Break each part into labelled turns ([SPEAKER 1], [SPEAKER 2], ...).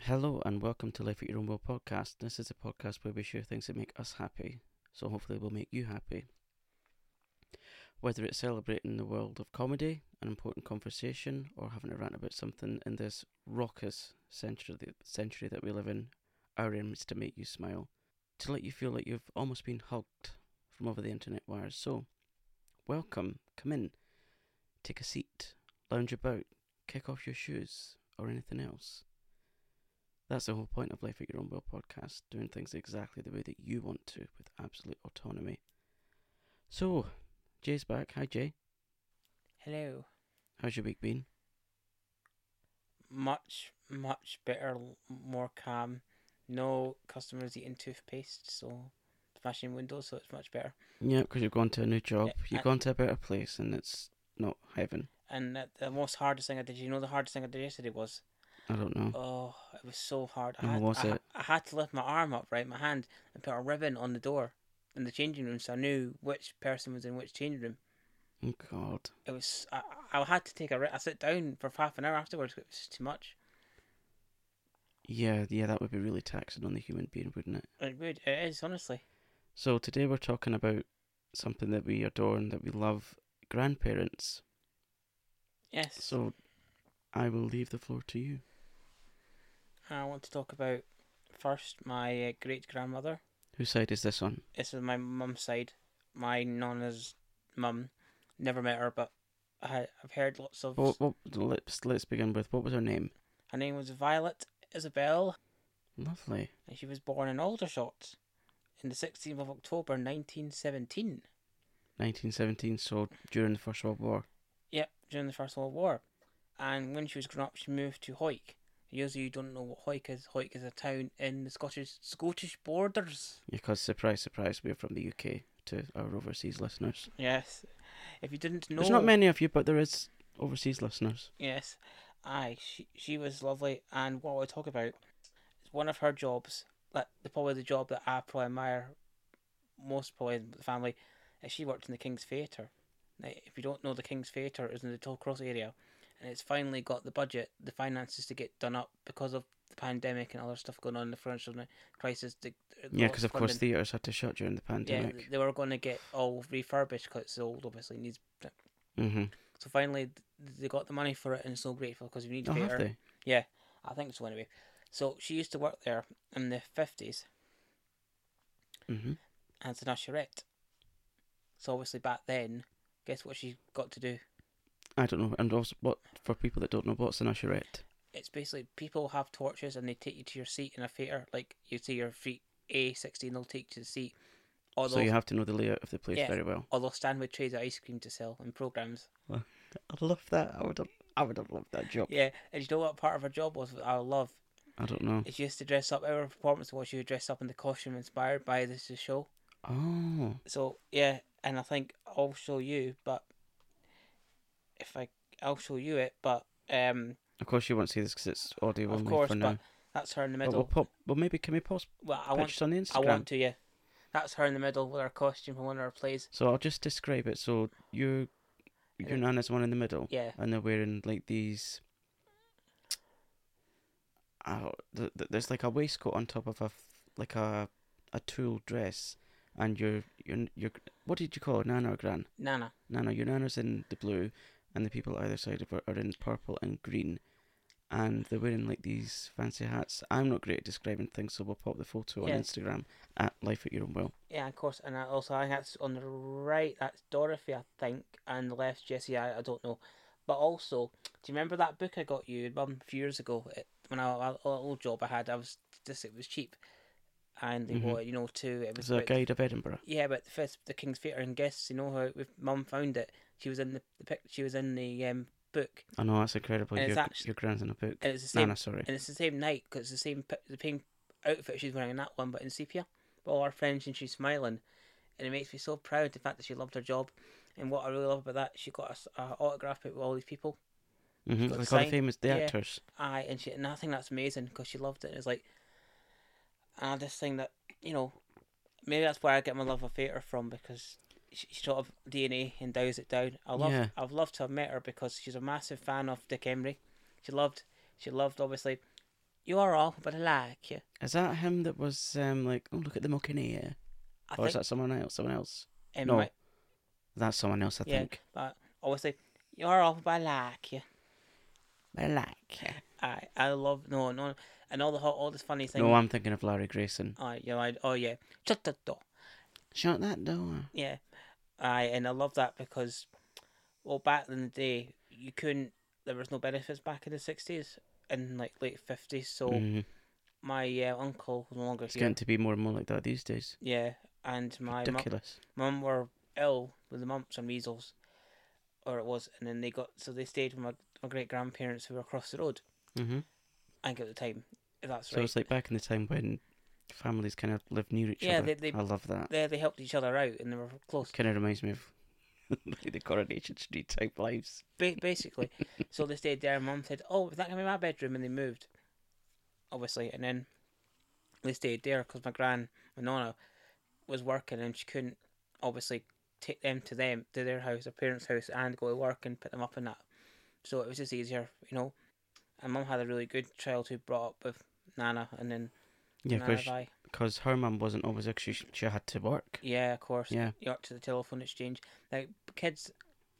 [SPEAKER 1] Hello and welcome to Life at Your Own Will podcast. This is a podcast where we share things that make us happy, so hopefully will make you happy. Whether it's celebrating the world of comedy, an important conversation, or having a rant about something in this raucous century, century that we live in, our aim is to make you smile, to let you feel like you've almost been hugged from over the internet wires. So, welcome, come in, take a seat, lounge about, kick off your shoes, or anything else. That's the whole point of Life at Your Own Will podcast, doing things exactly the way that you want to with absolute autonomy. So, Jay's back. Hi, Jay.
[SPEAKER 2] Hello.
[SPEAKER 1] How's your week been?
[SPEAKER 2] Much, much better, l- more calm. No customers eating toothpaste, so smashing windows, so it's much better.
[SPEAKER 1] Yeah, because you've gone to a new job,
[SPEAKER 2] Yeah,
[SPEAKER 1] you've
[SPEAKER 2] I-
[SPEAKER 1] gone to a better place, and it's not heaven.
[SPEAKER 2] And that- the most hardest thing I did, you know, the hardest thing I did yesterday was,
[SPEAKER 1] I don't know.
[SPEAKER 2] oh, it was so hard. I
[SPEAKER 1] Oh,
[SPEAKER 2] had,
[SPEAKER 1] was
[SPEAKER 2] I, ha-
[SPEAKER 1] it?
[SPEAKER 2] I had to lift my arm up, right, my hand, and put a ribbon on the door in the changing room, so I knew which person was in which changing room.
[SPEAKER 1] Oh, God.
[SPEAKER 2] It was, I, I had to take a, ri- I sit down for half an hour afterwards. It was too much.
[SPEAKER 1] Yeah, yeah, that would be really taxing on the human being, wouldn't it?
[SPEAKER 2] It would, it is honestly.
[SPEAKER 1] So, today we're talking about something that we adore and that we love grandparents.
[SPEAKER 2] Yes.
[SPEAKER 1] So, I will leave the floor to you.
[SPEAKER 2] I want to talk about first my uh, great grandmother.
[SPEAKER 1] Whose side is this on?
[SPEAKER 2] This is my mum's side. My nonna's mum. Never met her, but I, I've heard lots of.
[SPEAKER 1] What, what, let's, let's begin with what was her name?
[SPEAKER 2] Her name was Violet Isabel,
[SPEAKER 1] Lovely.
[SPEAKER 2] and she was born in Aldershot in the 16th of October 1917.
[SPEAKER 1] 1917, so during the First World War.
[SPEAKER 2] Yep, during the First World War. And when she was grown up, she moved to Hoyk. Those of you who don't know what Hoyk is, Hoyk is a town in the Scottish Scottish borders.
[SPEAKER 1] Because, surprise, surprise, we're from the UK to our overseas listeners.
[SPEAKER 2] Yes. If you didn't know.
[SPEAKER 1] There's not many of you, but there is overseas listeners.
[SPEAKER 2] Yes, aye, she she was lovely, and what I talk about is one of her jobs, like the probably the job that I probably admire most, probably in the family, is she worked in the King's Theatre. Now, if you don't know, the King's Theatre is in the Tollcross area, and it's finally got the budget, the finances to get done up because of the pandemic and other stuff going on, the financial crisis. The, the
[SPEAKER 1] yeah,
[SPEAKER 2] loss
[SPEAKER 1] because, of course,
[SPEAKER 2] funding.
[SPEAKER 1] theatres had to shut during the pandemic.
[SPEAKER 2] yeah, they were going to get all refurbished because it's old, obviously needs.
[SPEAKER 1] hmm
[SPEAKER 2] So finally, th- they got the money for it, and so grateful because we need
[SPEAKER 1] Oh,
[SPEAKER 2] theatre.
[SPEAKER 1] have they?
[SPEAKER 2] I think so anyway. So she used to work there in the fifties
[SPEAKER 1] hmm
[SPEAKER 2] as an usherette. So obviously back then, guess what she got to do?
[SPEAKER 1] I don't know. And also, what for people that don't know, what's an usherette?
[SPEAKER 2] It's basically people have torches and they take you to your seat in a theatre. Like you see your feet A sixteen, they'll take you to the seat. Or
[SPEAKER 1] So
[SPEAKER 2] they'll,
[SPEAKER 1] you have to know the layout of the place
[SPEAKER 2] Yeah.
[SPEAKER 1] very well.
[SPEAKER 2] or they'll stand with trays of ice cream to sell and programs.
[SPEAKER 1] I love that. I would have, I would have loved that job.
[SPEAKER 2] Yeah, and you know what part of her job was that I love?
[SPEAKER 1] I don't know.
[SPEAKER 2] Is she used to dress up. Every performance was she would dress up in the costume inspired by this show.
[SPEAKER 1] Oh,
[SPEAKER 2] So yeah, and I think I'll show you, but if I I'll show you it, but um,
[SPEAKER 1] of course you won't see this because it's audio
[SPEAKER 2] of
[SPEAKER 1] only
[SPEAKER 2] course,
[SPEAKER 1] for
[SPEAKER 2] but
[SPEAKER 1] now.
[SPEAKER 2] that's her in the
[SPEAKER 1] But we'll
[SPEAKER 2] middle.
[SPEAKER 1] pop. Well, maybe can we post
[SPEAKER 2] Well, I
[SPEAKER 1] pictures
[SPEAKER 2] want
[SPEAKER 1] on the Instagram?
[SPEAKER 2] I want to yeah, that's her in the middle with her costume from one of her plays.
[SPEAKER 1] So I'll just describe it. So your your nana's one in the middle,
[SPEAKER 2] Yeah,
[SPEAKER 1] and they're wearing like these. Oh, th- th- there's like a waistcoat on top of a f- like a a tulle dress, and your your your what did you call her, nana or gran?
[SPEAKER 2] Nana.
[SPEAKER 1] Nana, your nana's in the blue, and the people either side of her are in purple and green, and they're wearing like these fancy hats. I'm not great at describing things, so we'll pop the photo
[SPEAKER 2] Yeah.
[SPEAKER 1] on Instagram at life at your own will.
[SPEAKER 2] Yeah, of course, and I also I think that's on the right. That's Dorothy, I think, and the left Jessie. I, I don't know, but also, do you remember that book I got you, Mum, a few years ago? It, when I a old job I had, I was just it was cheap, and they
[SPEAKER 1] Mhm.
[SPEAKER 2] were you know two. It was
[SPEAKER 1] Is there a
[SPEAKER 2] about-
[SPEAKER 1] guide of Edinburgh?
[SPEAKER 2] Yeah, but the first the King's Theatre and guests, you know how if mum found it, she was in the, the pic, she was in the um book,
[SPEAKER 1] I know that's incredible.
[SPEAKER 2] And
[SPEAKER 1] Your,
[SPEAKER 2] it's actu-
[SPEAKER 1] your grand's in a book.
[SPEAKER 2] and it's the same
[SPEAKER 1] Nana, sorry.
[SPEAKER 2] and it's the same night because the same pi- the same outfit she's wearing in that one, but in sepia. But all our friends and she's smiling, and it makes me so proud the fact that she loved her job, and what I really love about that she got a s- a, autograph out with all these people.
[SPEAKER 1] hmm
[SPEAKER 2] got a
[SPEAKER 1] Like all the
[SPEAKER 2] sign.
[SPEAKER 1] famous the
[SPEAKER 2] Yeah.
[SPEAKER 1] actors.
[SPEAKER 2] Aye, and she and I think that's amazing because she loved it. And it's like, and I just think that you know, maybe that's where I get my love of theatre from because she, she sort of DNA endows it down. I love,
[SPEAKER 1] Yeah.
[SPEAKER 2] I've loved to have met her because she's a massive fan of Dick Emery. She loved, she loved obviously You are awful, but I like you.
[SPEAKER 1] Is that him that was um, like, oh, look at the muck in here?
[SPEAKER 2] I
[SPEAKER 1] or Oh, is
[SPEAKER 2] think
[SPEAKER 1] that someone else? Someone else?
[SPEAKER 2] it
[SPEAKER 1] no.
[SPEAKER 2] might,
[SPEAKER 1] That's someone else, I
[SPEAKER 2] Yeah.
[SPEAKER 1] think.
[SPEAKER 2] but obviously, you are awful, but I like you.
[SPEAKER 1] I like. it.
[SPEAKER 2] I, I love no, no, and all the whole, all this funny thing.
[SPEAKER 1] No, I'm thinking of Larry Grayson.
[SPEAKER 2] I, you know, I, oh yeah, shut the door.
[SPEAKER 1] Shut that door.
[SPEAKER 2] Yeah, I and I love that because, well, back in the day, you couldn't. There was no benefits back in the sixties and like late fifties. So
[SPEAKER 1] Mhm.
[SPEAKER 2] my uh, uncle was no longer
[SPEAKER 1] It's
[SPEAKER 2] here.
[SPEAKER 1] getting to be more and more like that these days.
[SPEAKER 2] Yeah, and my mum,
[SPEAKER 1] Ridiculous.
[SPEAKER 2] mum were ill with the mumps and measles, or it was, and then they got so they stayed with my, my great grandparents who were across the road.
[SPEAKER 1] hmm
[SPEAKER 2] I think at the time, if that's
[SPEAKER 1] So
[SPEAKER 2] right.
[SPEAKER 1] it's like back in the time when families kind of lived near each
[SPEAKER 2] Yeah,
[SPEAKER 1] other.
[SPEAKER 2] they- they-
[SPEAKER 1] I love that.
[SPEAKER 2] There they helped each other out and they were close.
[SPEAKER 1] Kind of reminds me of like the Coronation Street type lives.
[SPEAKER 2] Ba- basically. so they stayed there, and mum said, "Oh, is that gonna be my bedroom?" And they moved, obviously. And then they stayed there because my gran, my nonna, was working, and she couldn't obviously take them to them to their house, their parents' house, and go to work and pick them up and that. So it was just easier, you know. And mum had a really good childhood, brought up with Nana, and then
[SPEAKER 1] Yeah,
[SPEAKER 2] Nana
[SPEAKER 1] because
[SPEAKER 2] Vi.
[SPEAKER 1] because her mum wasn't always like she she had to work.
[SPEAKER 2] Yeah, of course.
[SPEAKER 1] Yeah.
[SPEAKER 2] You're up to the telephone exchange. Like, kids,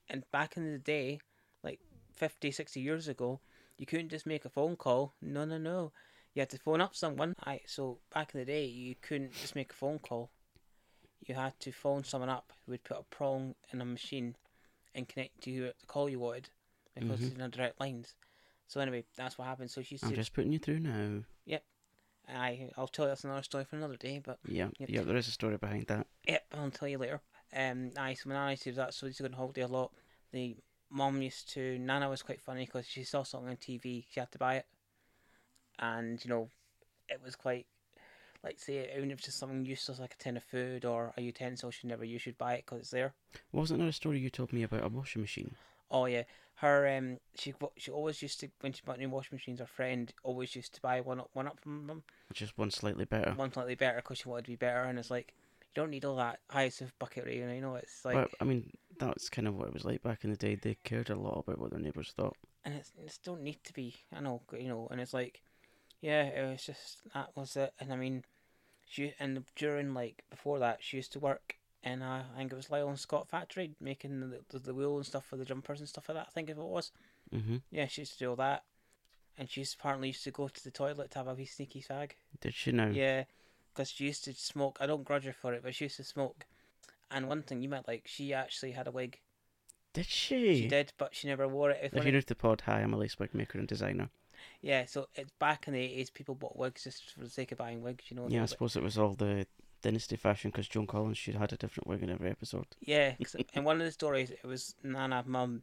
[SPEAKER 2] and back in the day, like 50, 60 years ago, you couldn't just make a phone call. No, no, no. You had to phone up someone. I so back in the day, you couldn't just make a phone call. You had to phone someone up who would put a prong in a machine and connect to you at the call you wanted because
[SPEAKER 1] Mhm.
[SPEAKER 2] there's no direct lines. So anyway, that's what happened. So she
[SPEAKER 1] I'm
[SPEAKER 2] said,
[SPEAKER 1] just putting you through now.
[SPEAKER 2] I, I'll tell you that's another story for another day, but
[SPEAKER 1] Yeah,
[SPEAKER 2] Yep.
[SPEAKER 1] yeah. There is a story behind that.
[SPEAKER 2] Yep, I'll tell you later. Um, aye, so my nana used to do that, so we used to go on holiday a lot. The mum used to, Nana was quite funny because she saw something on TV, she had to buy it. And, you know, it was quite, like, say, even if it's just something useless like a tin of food or a utensil she never used, she'd buy it because it's there.
[SPEAKER 1] Wasn't there a story you told me about a washing machine?
[SPEAKER 2] Oh, yeah. Her, um, she wa- she always used to, when she bought new washing machines, her friend always used to buy one up, one up from them,
[SPEAKER 1] Just one slightly better.
[SPEAKER 2] one slightly better because she wanted to be better. And it's like, you don't need all that highest of bucketry, you know, it's like.
[SPEAKER 1] but I mean, that's kind of what it was like back in the day. They cared a lot about what their neighbours thought.
[SPEAKER 2] and it's, it's don't need to be. I know, you know, and it's like, yeah, it was just that was it. And I mean, she and during like before that, she used to work in uh, I think it was Lyle and Scott factory making the, the the wool and stuff for the jumpers and stuff like that. I think if it was,
[SPEAKER 1] hmm
[SPEAKER 2] yeah, she used to do all that, and she used, apparently used to go to the toilet to have a wee sneaky fag.
[SPEAKER 1] Did she know?
[SPEAKER 2] Yeah, because she used to smoke. I don't grudge her for it, but she used to smoke. And one thing you might like, she actually had a wig.
[SPEAKER 1] Did she?
[SPEAKER 2] She did, but she never wore it.
[SPEAKER 1] If
[SPEAKER 2] If one
[SPEAKER 1] you're
[SPEAKER 2] of-
[SPEAKER 1] new to the pod, hi, I'm a lace wig maker and designer.
[SPEAKER 2] Yeah, so it's back in the eighties. People bought wigs just for the sake of buying wigs, you know. and
[SPEAKER 1] Yeah, I
[SPEAKER 2] all that.
[SPEAKER 1] suppose it was all the dynasty fashion because Joan Collins she had a different wig in every episode.
[SPEAKER 2] Yeah, 'cause in one of the stories, it was Nana, Mum,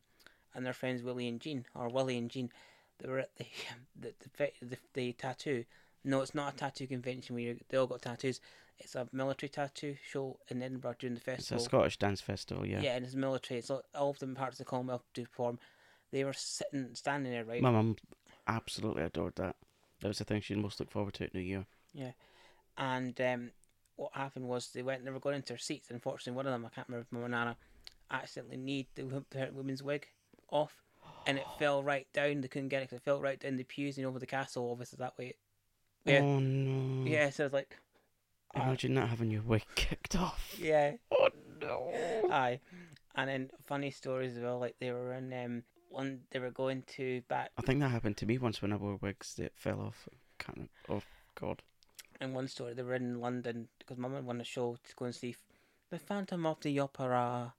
[SPEAKER 2] and their friends Willie and Jean, or Willie and Jean. They were at the the the, fe- the, the tattoo. No, it's not a tattoo convention where you, they all got tattoos. It's a military tattoo show in Edinburgh during the
[SPEAKER 1] It's
[SPEAKER 2] festival.
[SPEAKER 1] a Scottish dance festival, yeah.
[SPEAKER 2] yeah. and it's military. It's all, all of them parts of the Commonwealth do perform. They were sitting, standing there, right?
[SPEAKER 1] My mum absolutely adored that. That was the thing she'd most look forward to at New Year.
[SPEAKER 2] And um, what happened was they went and they were going into their seats. And unfortunately, one of them, I can't remember if Mum or Nana, accidentally kneed the, wo- the woman's wig off and it fell right down. They couldn't get it 'cause it fell right down the pews and over the castle, obviously, that way. Yeah.
[SPEAKER 1] Oh no.
[SPEAKER 2] Yeah, so it's like, ah,
[SPEAKER 1] Imagine not having your wig kicked off.
[SPEAKER 2] yeah,
[SPEAKER 1] Oh no.
[SPEAKER 2] aye. And then funny stories as well, like they were in, um, one, they were going to back,
[SPEAKER 1] I think that happened to me once when I wore wigs that fell off. Kind of. Oh god.
[SPEAKER 2] in one story, they were in London because Mum had won a show to go and see The Phantom of the Opera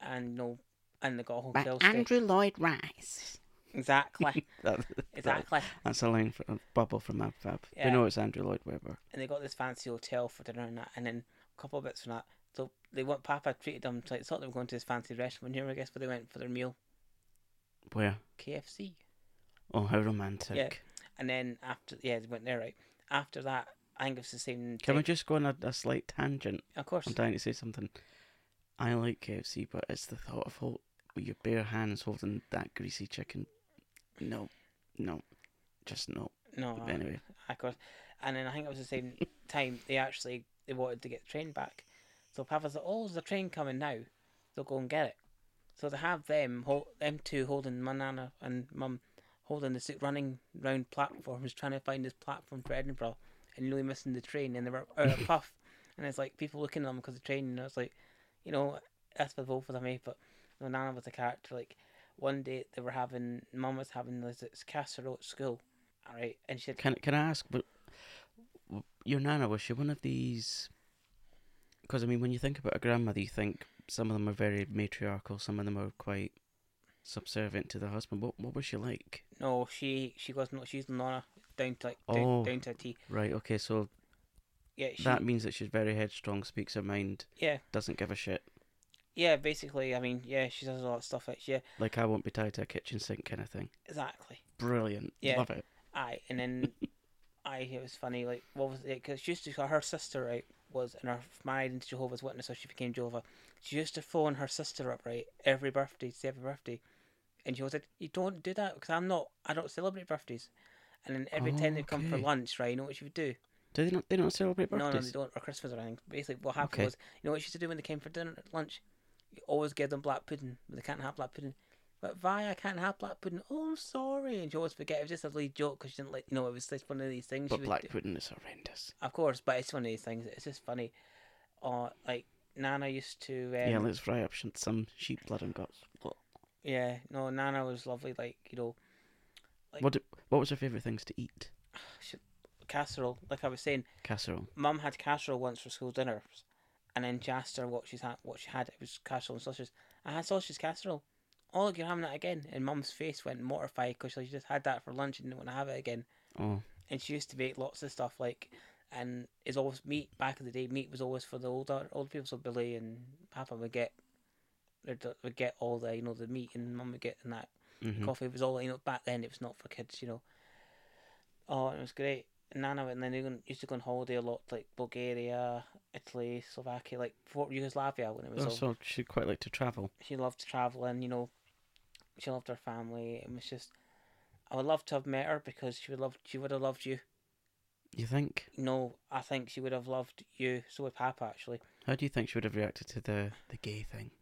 [SPEAKER 2] and, no, and they got a hotel stay.
[SPEAKER 1] Lloyd Rice.
[SPEAKER 2] Exactly.
[SPEAKER 1] That, that-
[SPEAKER 2] Exactly.
[SPEAKER 1] that's a line from Bubble from Ab Fab.
[SPEAKER 2] Yeah.
[SPEAKER 1] We know it's Andrew Lloyd Webber.
[SPEAKER 2] And they got this fancy hotel for dinner and that, and then a couple of bits from that. So they went, Papa treated them to, like, thought they were going to this fancy restaurant here, I guess, but they went for their meal,
[SPEAKER 1] Where?
[SPEAKER 2] KFC.
[SPEAKER 1] Oh, how romantic.
[SPEAKER 2] Yeah. And then after, yeah, they went there, right? After that, I think it was the same.
[SPEAKER 1] Can we
[SPEAKER 2] day-
[SPEAKER 1] just go on a, a slight tangent?
[SPEAKER 2] Of course.
[SPEAKER 1] I'm dying to say something. I like KFC, but it's the thought of hold, with your bare hands holding that greasy chicken. No, no, just no.
[SPEAKER 2] No,
[SPEAKER 1] But
[SPEAKER 2] I-
[SPEAKER 1] anyway,
[SPEAKER 2] of course. And then I think it was the same time they actually they wanted to get the train back. So Papa said, "Oh, there's a train coming now. They'll go and get it." So they have them, hol- them two holding my nana and mum, holding the suit, running round platforms trying to find his platform for Edinburgh and nearly missing the train and they were out of puff. And it's like people looking at him because the train, and I was like, you know, that's the both of them, eh? But you know, Nana was a character. Like one day they were having, mum was having this casserole at school, all right, and she had
[SPEAKER 1] Can can I ask? But your nana was she one of these? Because I mean, when you think about a grandmother, you think some of them are very matriarchal, some of them are quite subservient to the husband. What what was she like?
[SPEAKER 2] no, she she was not, she's Nana down to like down,
[SPEAKER 1] Oh.
[SPEAKER 2] down to a T.
[SPEAKER 1] Right. Okay. So
[SPEAKER 2] Yeah, she,
[SPEAKER 1] that means that she's very headstrong, speaks her mind,
[SPEAKER 2] yeah,
[SPEAKER 1] doesn't give a shit.
[SPEAKER 2] yeah. Basically, I mean, yeah, she does a lot of stuff like yeah,
[SPEAKER 1] Like I won't be tied to a kitchen sink kind of thing.
[SPEAKER 2] exactly.
[SPEAKER 1] Brilliant.
[SPEAKER 2] Yeah.
[SPEAKER 1] Love it.
[SPEAKER 2] Aye, and then I it was funny. Like what was it? Because she used to her sister right was and her married into Jehovah's Witness, so she became Jehovah. She used to phone her sister up right every birthday, to say every birthday, and she was like, "You don't do that because I'm not. I don't celebrate birthdays." And then every time they come for
[SPEAKER 1] Okay.
[SPEAKER 2] lunch, right? You know what she would do?
[SPEAKER 1] Do they not? They don't celebrate
[SPEAKER 2] No,
[SPEAKER 1] birthdays.
[SPEAKER 2] no, they don't, or Christmas or anything. Basically, what happened
[SPEAKER 1] Okay.
[SPEAKER 2] was, you know what she used to do when they came for dinner, lunch? You always give them black pudding, but they can't have black pudding. But Vi, I can't have black pudding. Oh, I'm sorry. And she always forget. It was just a little joke because she didn't like, you know, it was just one of these things. she
[SPEAKER 1] But
[SPEAKER 2] would
[SPEAKER 1] black
[SPEAKER 2] do.
[SPEAKER 1] pudding is horrendous.
[SPEAKER 2] Of course, but it's one of these things. It's just funny. Or like Nana used to. Um,
[SPEAKER 1] yeah,
[SPEAKER 2] yeah,
[SPEAKER 1] let's fry up sh- some sheep blood and guts. What
[SPEAKER 2] No, Nana was lovely. Like you know, like-
[SPEAKER 1] what, do- what was your favourite things to eat?
[SPEAKER 2] casserole. Like I was saying,
[SPEAKER 1] Casserole.
[SPEAKER 2] Mum had casserole once for school dinners, and then she asked her what she's had. What she had it was casserole and sausages. I had sausage casserole. Oh, look, you're having that again. And Mum's face went mortified because she just had that for lunch and didn't want to have it again.
[SPEAKER 1] Oh,
[SPEAKER 2] And she used to make lots of stuff like, and it's always meat. Back in the day, meat was always for the older older people. So Billy and Papa would get, they'd- would get all the you know the meat, and Mum would get and that
[SPEAKER 1] mhm.
[SPEAKER 2] coffee was all you know back then it was not for kids you know oh it was great And Nana and then they go- used to go on holiday a lot like Bulgaria Italy Slovakia like before Yugoslavia when it was
[SPEAKER 1] Oh,
[SPEAKER 2] all
[SPEAKER 1] so she'd quite like to travel.
[SPEAKER 2] she loved travelling you know she loved her family it was just I would love to have met her because she would love she would have loved you
[SPEAKER 1] You think?
[SPEAKER 2] no I think she would have loved you so would Papa actually
[SPEAKER 1] How do you think she would have reacted to the the gay thing?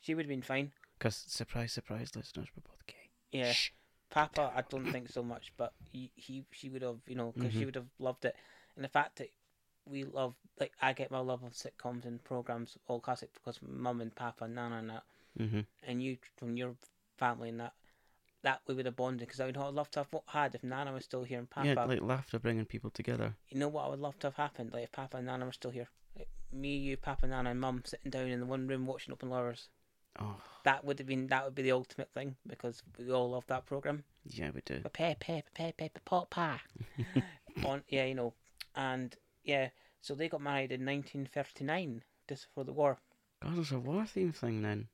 [SPEAKER 2] she would have been fine
[SPEAKER 1] Because surprise, surprise, listeners, we're both gay.
[SPEAKER 2] yeah
[SPEAKER 1] Shh.
[SPEAKER 2] Papa, I don't think so much, but he, he she would have, you know, 'cause she
[SPEAKER 1] Mhm.
[SPEAKER 2] would have loved it. And the fact that we love, like, I get my love of sitcoms and programs, all classic, because mum and papa and nana and that,
[SPEAKER 1] Mhm.
[SPEAKER 2] and you from your family and that, that we would have bonded. Because I would have loved to have what had if nana was still here and papa.
[SPEAKER 1] Yeah, like laughter bringing people together.
[SPEAKER 2] you know what I would love to have happened? Like, if papa and nana were still here, like, me, you, papa, nana, and mum sitting down in the one room watching Open Lovers.
[SPEAKER 1] Oh,
[SPEAKER 2] That would have been that would be the ultimate thing because we all love that program.
[SPEAKER 1] yeah, we do.
[SPEAKER 2] Prepare, prepare, prepare, prepare, pot pie. on yeah, you know, and yeah, so they got married in 1939, just before the war.
[SPEAKER 1] God, there's a war theme thing then.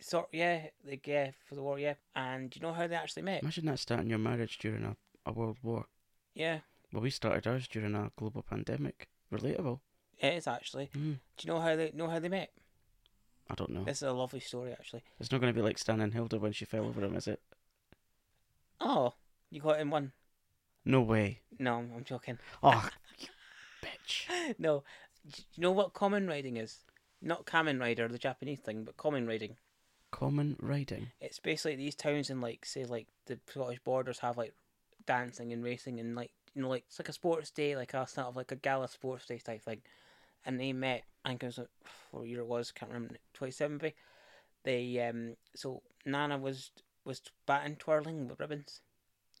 [SPEAKER 2] So yeah, they yeah for the war, yeah. And do you know how they actually met?
[SPEAKER 1] Imagine that starting your marriage during a, a world war.
[SPEAKER 2] Yeah,
[SPEAKER 1] Well, we started ours during a global pandemic. Relatable.
[SPEAKER 2] it is actually.
[SPEAKER 1] Mm.
[SPEAKER 2] Do you know how they know how they met?
[SPEAKER 1] I don't know.
[SPEAKER 2] This is a lovely story actually.
[SPEAKER 1] It's not going to be like Stan and Hilda when she fell over him, is it?
[SPEAKER 2] Oh, you got it in one.
[SPEAKER 1] No way.
[SPEAKER 2] No, I'm, I'm joking.
[SPEAKER 1] Oh, you bitch.
[SPEAKER 2] No, do you know what common riding is? Not kamen rider, the Japanese thing, but common riding.
[SPEAKER 1] Common riding.
[SPEAKER 2] it's basically these towns in like say like the Scottish borders have like dancing and racing and like you know like it's like a sports day like a sort of like a gala sports day type thing, and they met I think it was like, what year it was can't remember twenty seven maybe, they um so Nana was was batting twirling with ribbons,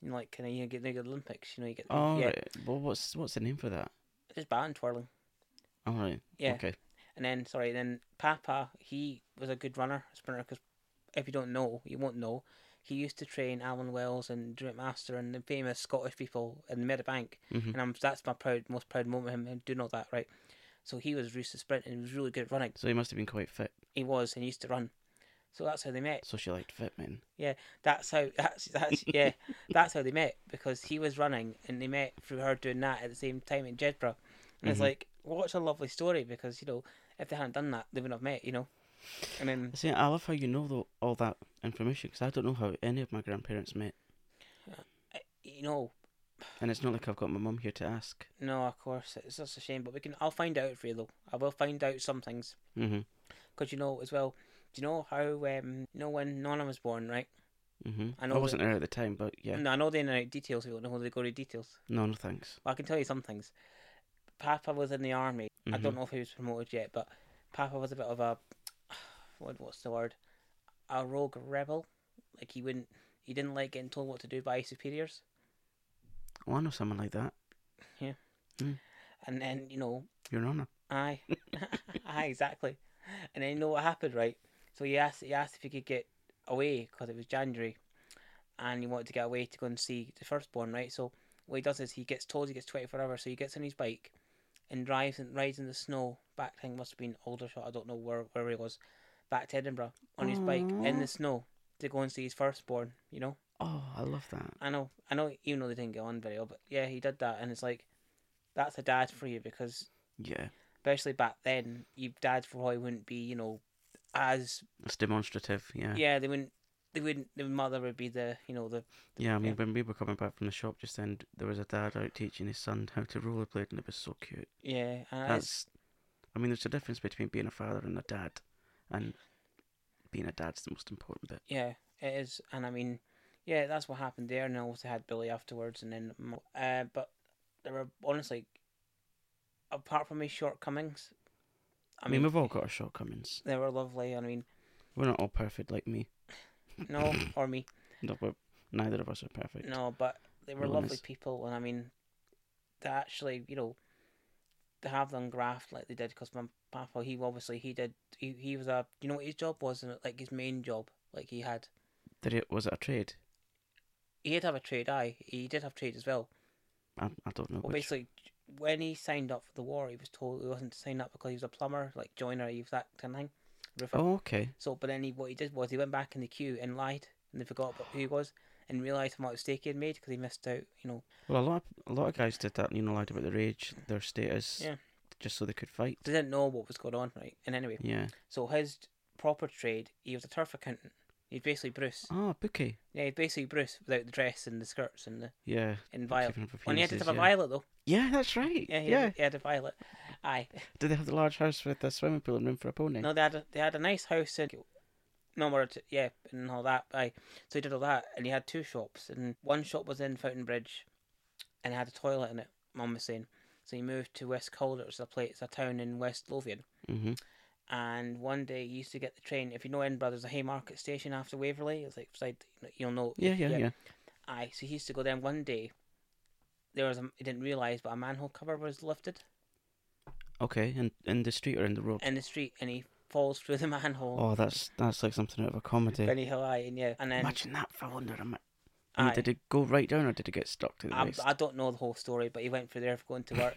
[SPEAKER 2] you know like kind of you know, get the Olympics you know you get
[SPEAKER 1] All Oh, right.
[SPEAKER 2] yeah
[SPEAKER 1] Well, what's what's the name for that?
[SPEAKER 2] just batting twirling
[SPEAKER 1] All right.
[SPEAKER 2] yeah
[SPEAKER 1] Okay.
[SPEAKER 2] and then sorry, then Papa he was a good runner sprinter because if you don't know, you won't know. He used to train Alan Wells and Dermot Master and the famous Scottish people in the Medibank,
[SPEAKER 1] hmm
[SPEAKER 2] and I'm that's my proud most proud moment of him and doing all that right. So he was used to sprint and he was really good at running.
[SPEAKER 1] So he must have been quite fit.
[SPEAKER 2] He was and he used to run. So that's how they met.
[SPEAKER 1] So she liked fit men.
[SPEAKER 2] That's how that's that's yeah, that's how they met because he was running and they met through her doing that at the same time in Jedburgh. And it's
[SPEAKER 1] Mhm.
[SPEAKER 2] like what a lovely story because you know if they hadn't done that they wouldn't have met you know. And then
[SPEAKER 1] See, I love how you know though, all that information because I don't know how any of my grandparents met,
[SPEAKER 2] you know,
[SPEAKER 1] and it's not like I've got my mum here to ask.
[SPEAKER 2] no, of course, it's just a shame. But we can. I'll find out for you though. I will find out some things
[SPEAKER 1] Mm-hmm.
[SPEAKER 2] because you know as well. Do you know how? Um, you know when Nana was born, right?
[SPEAKER 1] hmm
[SPEAKER 2] I
[SPEAKER 1] I,
[SPEAKER 2] know that- Mm.
[SPEAKER 1] wasn't there at the time, but yeah.
[SPEAKER 2] No, I know the in and out details. We don't know whether they go to details.
[SPEAKER 1] No, no, thanks.
[SPEAKER 2] Well, I can tell you some things. Papa was in the army. I don't
[SPEAKER 1] Mhm.
[SPEAKER 2] know if he was promoted yet, but Papa was a bit of a what, what's the word? A rogue rebel. Like he wouldn't. He didn't like getting told what to do by his superiors.
[SPEAKER 1] Oh, I know someone like that.
[SPEAKER 2] And then you know,
[SPEAKER 1] Your Honour.
[SPEAKER 2] aye, aye, exactly. And then you know what happened, right? So he asked. He asked if he could get away because it was January, and he wanted to get away to go and see the firstborn, right? So what he does is he gets told he gets twenty four hours, so he gets on his bike and drives and rides in the snow back. I think it must have been Aldershot. I don't know where where he was. Back to Edinburgh on his bike in
[SPEAKER 1] Aw.
[SPEAKER 2] the snow to go and see his firstborn. You know.
[SPEAKER 1] Oh, I love that.
[SPEAKER 2] I know, I know, even though they didn't get on very well, but yeah, he did that, and it's like, that's a dad for you because,
[SPEAKER 1] Yeah,
[SPEAKER 2] especially back then, your dads probably wouldn't be, you know, as
[SPEAKER 1] it's demonstrative. Yeah.
[SPEAKER 2] yeah,
[SPEAKER 1] yeah,
[SPEAKER 2] they wouldn't, they wouldn't, the mother would be the, you know, the
[SPEAKER 1] I mean,
[SPEAKER 2] yeah.
[SPEAKER 1] when we were coming back from the shop just then, there was a dad out teaching his son how to rollerblade, and it was so cute.
[SPEAKER 2] yeah, and that's
[SPEAKER 1] That's, I mean, there's a difference between being a father and a dad, and being a dad's the most important bit.
[SPEAKER 2] yeah, it is, and I mean, yeah, that's what happened there, and I also had Billy afterwards, and then, Mo- uh, but there were honestly, apart from his shortcomings,
[SPEAKER 1] I mean, we've all got our shortcomings.
[SPEAKER 2] they were lovely. I mean,
[SPEAKER 1] We're not all perfect like me.
[SPEAKER 2] no, or me.
[SPEAKER 1] No, but neither of us are perfect.
[SPEAKER 2] No, but they were
[SPEAKER 1] No one
[SPEAKER 2] lovely
[SPEAKER 1] is.
[SPEAKER 2] people, and I mean, to actually, you know, to have them graft like they did, because my papa, he obviously he did, he, he was a, you know, what his job was, and like his main job, like he had,
[SPEAKER 1] Did it? Was it a trade?
[SPEAKER 2] he did have a trade. Aye, he did have trade as well.
[SPEAKER 1] I, I don't know.
[SPEAKER 2] But
[SPEAKER 1] which.
[SPEAKER 2] basically, when he signed up for the war, he was told he wasn't to sign up because he was a plumber, like joiner, he was that kind of thing. roofer.
[SPEAKER 1] Oh, okay.
[SPEAKER 2] So, but then he, what he did was he went back in the queue and lied, and they forgot about who he was, and realised what mistake he had made because he missed out, you know.
[SPEAKER 1] Well, a lot, of, a lot of guys did that. You know, lied about their age, their status,
[SPEAKER 2] Yeah.
[SPEAKER 1] just so they could fight.
[SPEAKER 2] They didn't know what was going on, right? And anyway,
[SPEAKER 1] Yeah.
[SPEAKER 2] So his proper trade, he was a turf accountant. He's basically Bruce.
[SPEAKER 1] Ah, bookie.
[SPEAKER 2] Yeah, he's basically Bruce without the dress and the skirts and the
[SPEAKER 1] Yeah.
[SPEAKER 2] and violet.
[SPEAKER 1] keeping up
[SPEAKER 2] And he had to
[SPEAKER 1] appearances,
[SPEAKER 2] have a
[SPEAKER 1] yeah.
[SPEAKER 2] violet though.
[SPEAKER 1] Yeah, that's right.
[SPEAKER 2] Yeah,
[SPEAKER 1] Yeah,
[SPEAKER 2] he, Had, he had a violet. Aye.
[SPEAKER 1] Did they have the large house with a swimming pool and room for a pony?
[SPEAKER 2] No, they had a, they had a nice house and no more. To, yeah, and all that. Aye. So he did all that, and he had two shops, and one shop was in Fountainbridge, and it had a toilet in it. Mum was saying. So he moved to West Calder, it's a place, it's a town in West Lothian.
[SPEAKER 1] Mm-hmm.
[SPEAKER 2] and one day you used to get the train. If you know Edinburgh, there's a Haymarket station after Waverley. It's like beside, you'll know.
[SPEAKER 1] Yeah, yeah, yeah,
[SPEAKER 2] Aye, so he used to go there. And one day, there was a, he didn't realise, but a manhole cover was lifted
[SPEAKER 1] Okay, and in the street or in the road?
[SPEAKER 2] in the street, and he falls through the manhole.
[SPEAKER 1] Oh, that's that's like something out of a comedy.
[SPEAKER 2] Benny Hill, aye, and yeah, and then
[SPEAKER 1] Imagine that fell under a. Ma- I mean,
[SPEAKER 2] aye, Um,
[SPEAKER 1] did it go right down or did it get stuck to the
[SPEAKER 2] I,
[SPEAKER 1] waist?
[SPEAKER 2] I don't know the whole story, but he went through there for going to work.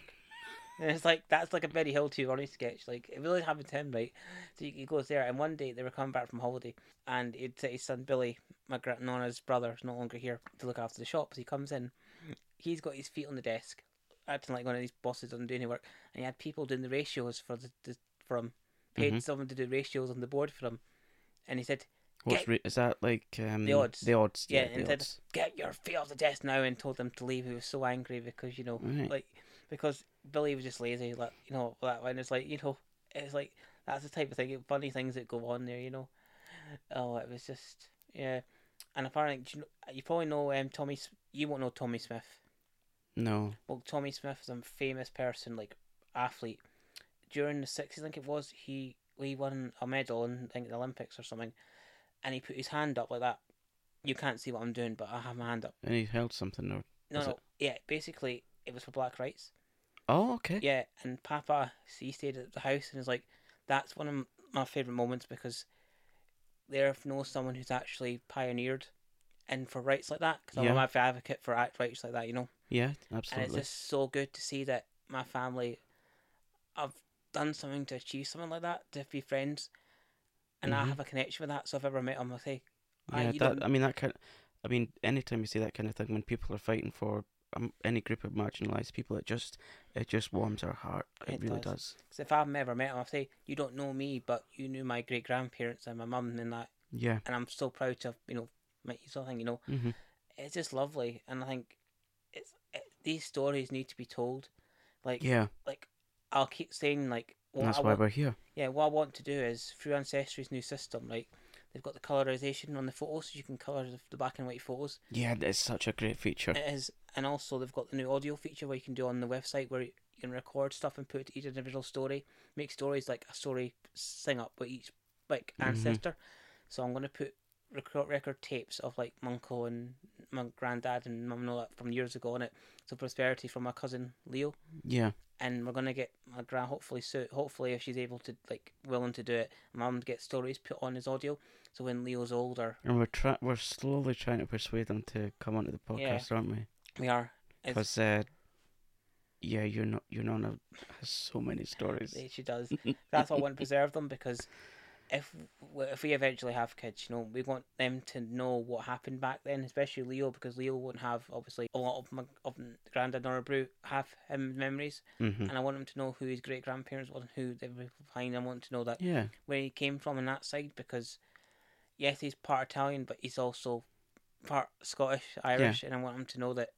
[SPEAKER 2] and it's like that's like a Benny Hill too early sketch. Like it really happened to him, right? So he, he goes there, and one day they were coming back from holiday, and he'd say his son Billy, my gra- nonna's brother, is no longer here to look after the shops. He comes in, he's got his feet on the desk, acting like one of these bosses doesn't do any work, and he had people doing the ratios for the, the for him, paid
[SPEAKER 1] Mhm.
[SPEAKER 2] someone to do ratios on the board for him, and he said,
[SPEAKER 1] What's
[SPEAKER 2] get-
[SPEAKER 1] re- is that like um,
[SPEAKER 2] odds.
[SPEAKER 1] The odds,
[SPEAKER 2] Yeah,
[SPEAKER 1] yeah,
[SPEAKER 2] and
[SPEAKER 1] the
[SPEAKER 2] then-
[SPEAKER 1] odds.
[SPEAKER 2] "Get your feet off the desk now," and told them to leave. He was so angry because you know
[SPEAKER 1] Right.
[SPEAKER 2] like because Billy was just lazy, like you know that one. It's like you know, it's like that's the type of thing, funny things that go on there, you know. Oh, it was just yeah, and apparently do you, know, you probably know um Tommy. S- You won't know Tommy Smith.
[SPEAKER 1] no,
[SPEAKER 2] Well, Tommy Smith is a famous person, like athlete. During the sixties, I think it was he he won a medal in I think the Olympics or something, and he put his hand up like that. You can't see what I'm doing, but I have my hand up.
[SPEAKER 1] and he held something. Or...
[SPEAKER 2] No,
[SPEAKER 1] Was
[SPEAKER 2] no, yeah. Basically, it was for black rights.
[SPEAKER 1] Oh, okay.
[SPEAKER 2] Yeah, and Papa, he stayed at the house and is like, that's one of m- my favourite moments because there I know someone who's actually pioneered and for rights like that because I'm
[SPEAKER 1] Yeah.
[SPEAKER 2] a massive advocate for act rights like that, you know.
[SPEAKER 1] Yeah,
[SPEAKER 2] And
[SPEAKER 1] absolutely.
[SPEAKER 2] it's just so good to see that my family, I've done something to achieve something like that, to be friends, and I
[SPEAKER 1] Mhm.
[SPEAKER 2] have a connection with that. So if I ever met him, I say, "Ah,
[SPEAKER 1] Yeah,
[SPEAKER 2] you
[SPEAKER 1] that,
[SPEAKER 2] don't-
[SPEAKER 1] I mean that kind. I mean, anytime you see that kind of thing when people are fighting for um, any group of marginalised people, it just it just warms our heart. It,
[SPEAKER 2] It
[SPEAKER 1] really
[SPEAKER 2] does.
[SPEAKER 1] does.
[SPEAKER 2] 'Cause if I've ever met him, I say, you don't know me, but you knew my great grandparents and my mum and that,
[SPEAKER 1] Yeah.
[SPEAKER 2] and I'm so proud to have, you know, met you something, you know.
[SPEAKER 1] hmm
[SPEAKER 2] it's just lovely, and I think it's it, these stories need to be told. Like,
[SPEAKER 1] Yeah.
[SPEAKER 2] like I'll keep saying like, what
[SPEAKER 1] and that's
[SPEAKER 2] I
[SPEAKER 1] why
[SPEAKER 2] want,
[SPEAKER 1] we're here.
[SPEAKER 2] yeah, what I want to do is through Ancestry's new system, like They've got the colorization on the photos, so you can color the black and white photos.
[SPEAKER 1] Yeah, it's such a great feature.
[SPEAKER 2] It is, and also they've got the new audio feature where you can do on the website where you can record stuff and put it to each individual story, make stories like a story sing up with each like
[SPEAKER 1] Mhm.
[SPEAKER 2] ancestor. So I'm gonna put record record tapes of like my uncle and my granddad and mum and all that from years ago on it. So prosperity from my cousin Leo
[SPEAKER 1] Yeah,
[SPEAKER 2] and we're gonna get my gran hopefully so hopefully if she's able to like willing to do it, mum get stories put on his audio. So when Leo's older,
[SPEAKER 1] and we're tra- we're slowly trying to persuade them to come onto the
[SPEAKER 2] Yeah.
[SPEAKER 1] podcast, aren't we?
[SPEAKER 2] we are It's-
[SPEAKER 1] Because uh, yeah, your not your nonna has so many stories.
[SPEAKER 2] Yeah, she does. That's why I want to preserve them because if w- if we eventually have kids, you know, we want them to know what happened back then, especially Leo, because Leo won't have obviously a lot of my of granddad Nora Brew have him memories,
[SPEAKER 1] hmm
[SPEAKER 2] and I want him to know who his great grandparents was and who they were behind. I want to know that
[SPEAKER 1] Yeah,
[SPEAKER 2] where he came from on that side because yes, he's part Italian, but he's also part Scottish, Irish, and I want him to know that.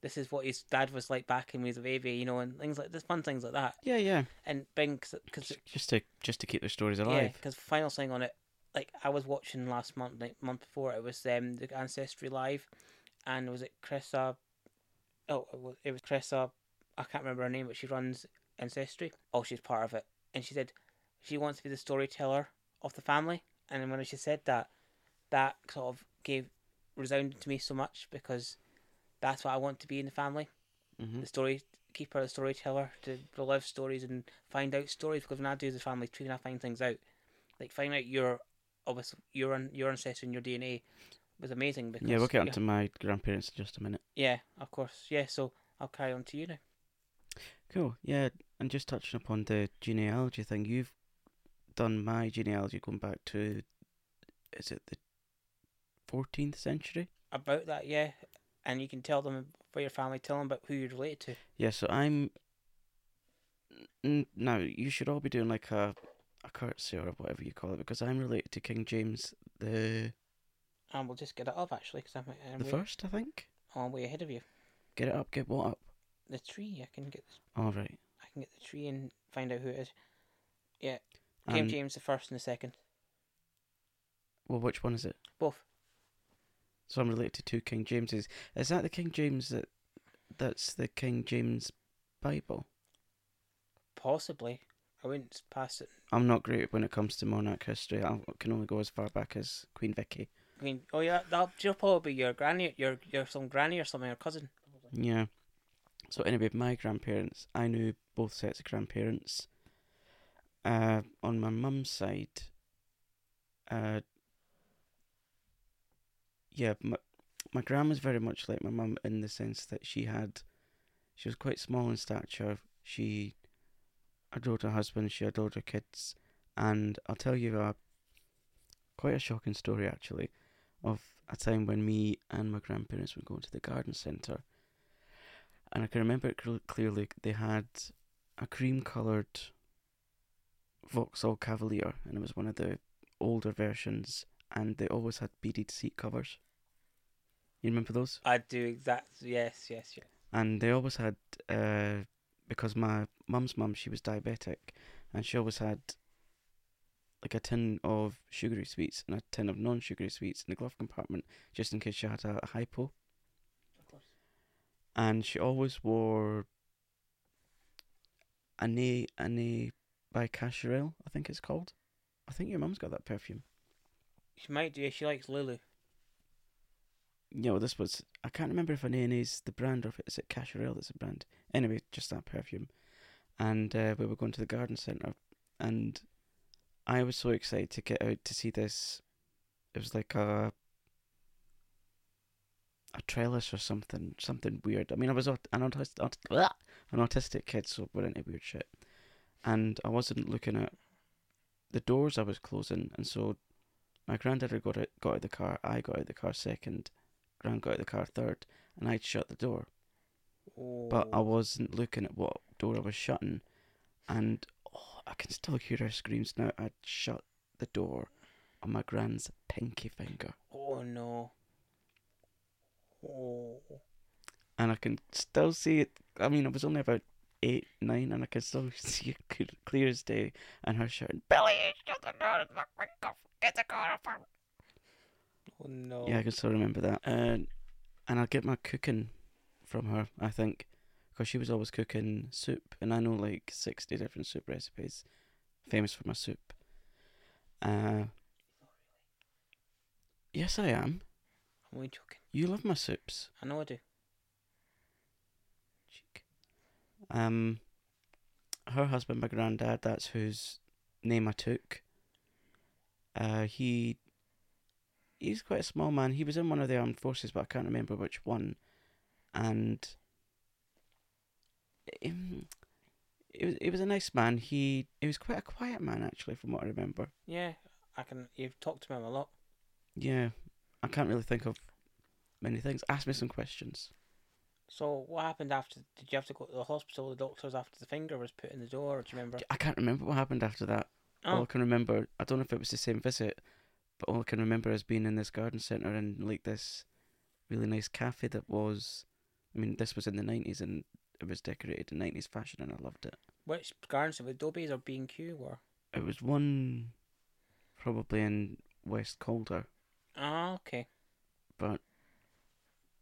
[SPEAKER 2] This is what his dad was like back when he was a baby, you know, and things like this, fun things like that,
[SPEAKER 1] yeah, yeah.
[SPEAKER 2] and bring because
[SPEAKER 1] Just- Just to just to keep their stories
[SPEAKER 2] yeah,
[SPEAKER 1] alive.
[SPEAKER 2] because final thing on it, like I was watching last month, like month before, it was um the Ancestry Live, and was it Cressa? Oh, it was, it was Cressa. I can't remember her name, but she runs Ancestry. Oh, she's part of it, and she said she wants to be the storyteller of the family. And then when she said that, that sort of gave resounded to me so much because that's what I want to be in the family
[SPEAKER 1] hmm
[SPEAKER 2] the story keeper, the storyteller, to relive stories and find out stories. Because when I do the family tree and I find things out, like find out your obviously your an- your ancestor and your DNA was amazing. Because
[SPEAKER 1] Yeah, we'll get onto my grandparents in just a minute.
[SPEAKER 2] yeah, of course, yeah. So I'll carry on to you now.
[SPEAKER 1] Cool. Yeah, and just touching upon the genealogy thing, you've done my genealogy going back to, is it the 14th century?
[SPEAKER 2] About that, yeah, and you can tell them about your family, tell them about who you're related to.
[SPEAKER 1] Yeah, so I'm. N- Now you should all be doing like a, a curtsy or whatever you call it because I'm related to King James the
[SPEAKER 2] And we'll just get it up actually, because I'm, I'm,
[SPEAKER 1] the
[SPEAKER 2] way,
[SPEAKER 1] first, I think.
[SPEAKER 2] oh, I'm way ahead of you.
[SPEAKER 1] Get it up, get what up?
[SPEAKER 2] The tree, I can get
[SPEAKER 1] All right.
[SPEAKER 2] I can get the tree and find out who it is. King
[SPEAKER 1] Um,
[SPEAKER 2] James the first and the second,
[SPEAKER 1] well, which one is it?
[SPEAKER 2] both.
[SPEAKER 1] So I'm related to two King Jameses. Is that the King James that that's the King James Bible?
[SPEAKER 2] Possibly, I wouldn't pass it.
[SPEAKER 1] I'm not great when it comes to monarch history. I can only go as far back as Queen Vicky.
[SPEAKER 2] I mean, oh yeah, that'll, she'll probably be your granny, your your some granny or something, or cousin.
[SPEAKER 1] Yeah. So anyway, my grandparents, I knew both sets of grandparents. Uh, on my mum's side, uh, yeah, my my grandma's very much like my mum in the sense that she had, she was quite small in stature. She adored her husband. She adored her kids, and I'll tell you a quite a shocking story actually, of a time when me and my grandparents were going to the garden centre and I can remember it cl- clearly. They had a cream coloured Vauxhall Cavalier, and it was one of the older versions, and they always had beaded seat covers. You remember those?
[SPEAKER 2] I do exact. Yes, yes, yes.
[SPEAKER 1] And they always had, uh, because my mum's mum, she was diabetic, and she always had like a tin of sugary sweets and a tin of non sugary sweets in the glove compartment, just in case she had a hypo.
[SPEAKER 2] Of course.
[SPEAKER 1] and she always wore Anne Anne by Cacherel, I think it's called. I think your mum's got that perfume.
[SPEAKER 2] She might do. She likes Lulu.
[SPEAKER 1] Yeah, well, this was I can't remember if Anne is the brand or if it's at Cacherel that's a brand. Anyway, just that perfume, and uh, we were going to the garden centre, and I was so excited to get out to see this. It was like a a trellis or something, something weird. I mean, I was aut- an autistic, an autistic kid, so we're into weird shit. And I wasn't looking at the doors I was closing, and so my granddad had got out, got out of the car. I got out of the car second. Gran got out of the car third, and I'd shut the door
[SPEAKER 2] Oh,
[SPEAKER 1] but I wasn't looking at what door I was shutting, and oh, I can still hear her screams now. I'd shut the door on my gran's pinky finger,
[SPEAKER 2] oh no. Oh,
[SPEAKER 1] and I can still see it. I mean, I was only about eight, nine, and I can still see it clear- clear as day, and her shouting, Billy, shut the door, and fuck, wake up, get the car off her."
[SPEAKER 2] Oh no.
[SPEAKER 1] Yeah, I can still remember that. And and I get my cooking from her, I think, because she was always cooking soup, and I know like sixty different soup recipes. Famous for my soup. Uh, yes, I am.
[SPEAKER 2] I'm only joking.
[SPEAKER 1] You love my soups.
[SPEAKER 2] I know I do.
[SPEAKER 1] cheek. Um, her husband, my granddad, that's whose name I took. Uh, he he's quite a small man. He was in one of the armed forces, but I can't remember which one. And um, it was it was a nice man. He he was quite a quiet man actually, from what I remember.
[SPEAKER 2] Yeah, I can. You've talked to him a lot.
[SPEAKER 1] Yeah, I can't really think of many things. Ask me some questions.
[SPEAKER 2] So what happened after? Did you have to go to the hospital, the doctors after the finger was put in the door? Do you remember?
[SPEAKER 1] I can't remember what happened after that. All I
[SPEAKER 2] Oh,
[SPEAKER 1] can remember, I don't know if it was the same visit, but all I can remember is being in this garden centre and like this really nice cafe that was. I mean, this was in the 90s and it was decorated in 90s fashion and I loved it.
[SPEAKER 2] which gardens with Adobe's or B and Q were?
[SPEAKER 1] It was one probably in West Calder,
[SPEAKER 2] Ah, okay.
[SPEAKER 1] but.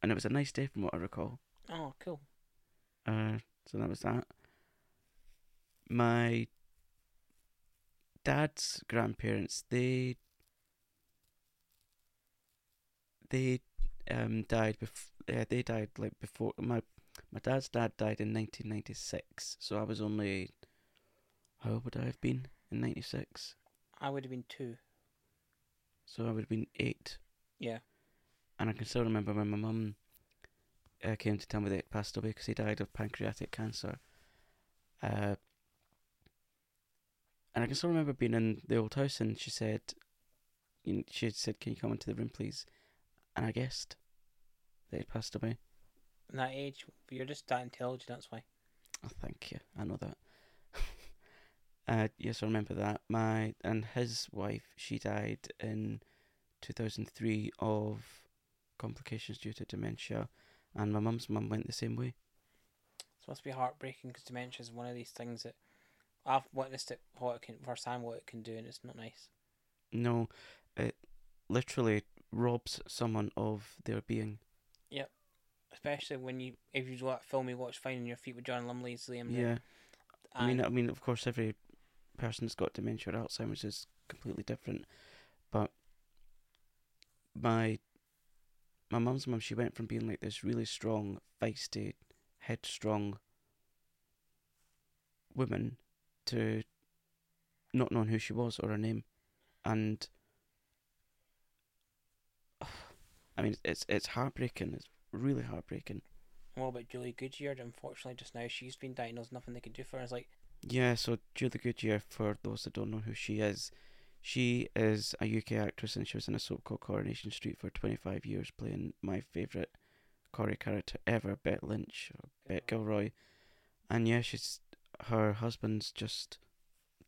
[SPEAKER 1] And it was a nice day from what I recall.
[SPEAKER 2] Oh, cool.
[SPEAKER 1] Uh, so that was that. My dad's grandparents, they they um died before yeah, they died like before my my dad's dad died in 1996. So I was only how old would I have been in 96?
[SPEAKER 2] I would have been two.
[SPEAKER 1] So I would have been 8
[SPEAKER 2] Yeah.
[SPEAKER 1] and I can still remember when my mum uh, came to tell me that he'd passed away because he died of pancreatic cancer. Uh, and I can still remember being in the old house, and she said, you kn- "She said, can you come into the room, please?" And I guessed that he'd passed away.
[SPEAKER 2] In that age, you're just that intelligent. That's why.
[SPEAKER 1] Oh, thank you. I know that. uh, yes, I remember that. My and his wife, she died in two thousand three of complications due to dementia, and my mum's mum went the same way.
[SPEAKER 2] It must be heartbreaking because dementia is one of these things that I've witnessed it what it can firsthand what it can do, and it's not nice.
[SPEAKER 1] No, it literally robs someone of their being.
[SPEAKER 2] Especially when you if you do that film you watch Finding Your Feet with John Lumley's Liam. Neeson,
[SPEAKER 1] Yeah, I mean, uh,
[SPEAKER 2] and
[SPEAKER 1] I mean, of course, every person that's got dementia or Alzheimer's is completely different, but my my mum's mum, she went from being like this really strong, feisty, headstrong woman to not knowing who she was or her name, and I mean, it's it's heartbreaking. It's really heartbreaking.
[SPEAKER 2] what about Julie Goodyear? Unfortunately, just now she's been diagnosed, nothing they could do for her. It's like
[SPEAKER 1] Yeah, so Julie Goodyear, for those that don't know who she is, she is a UK actress and she was in a soap called Coronation Street for 25 years, playing my favourite Corey character ever, Bet Lynch, or Bet Gilroy. And yeah, she's her husband's just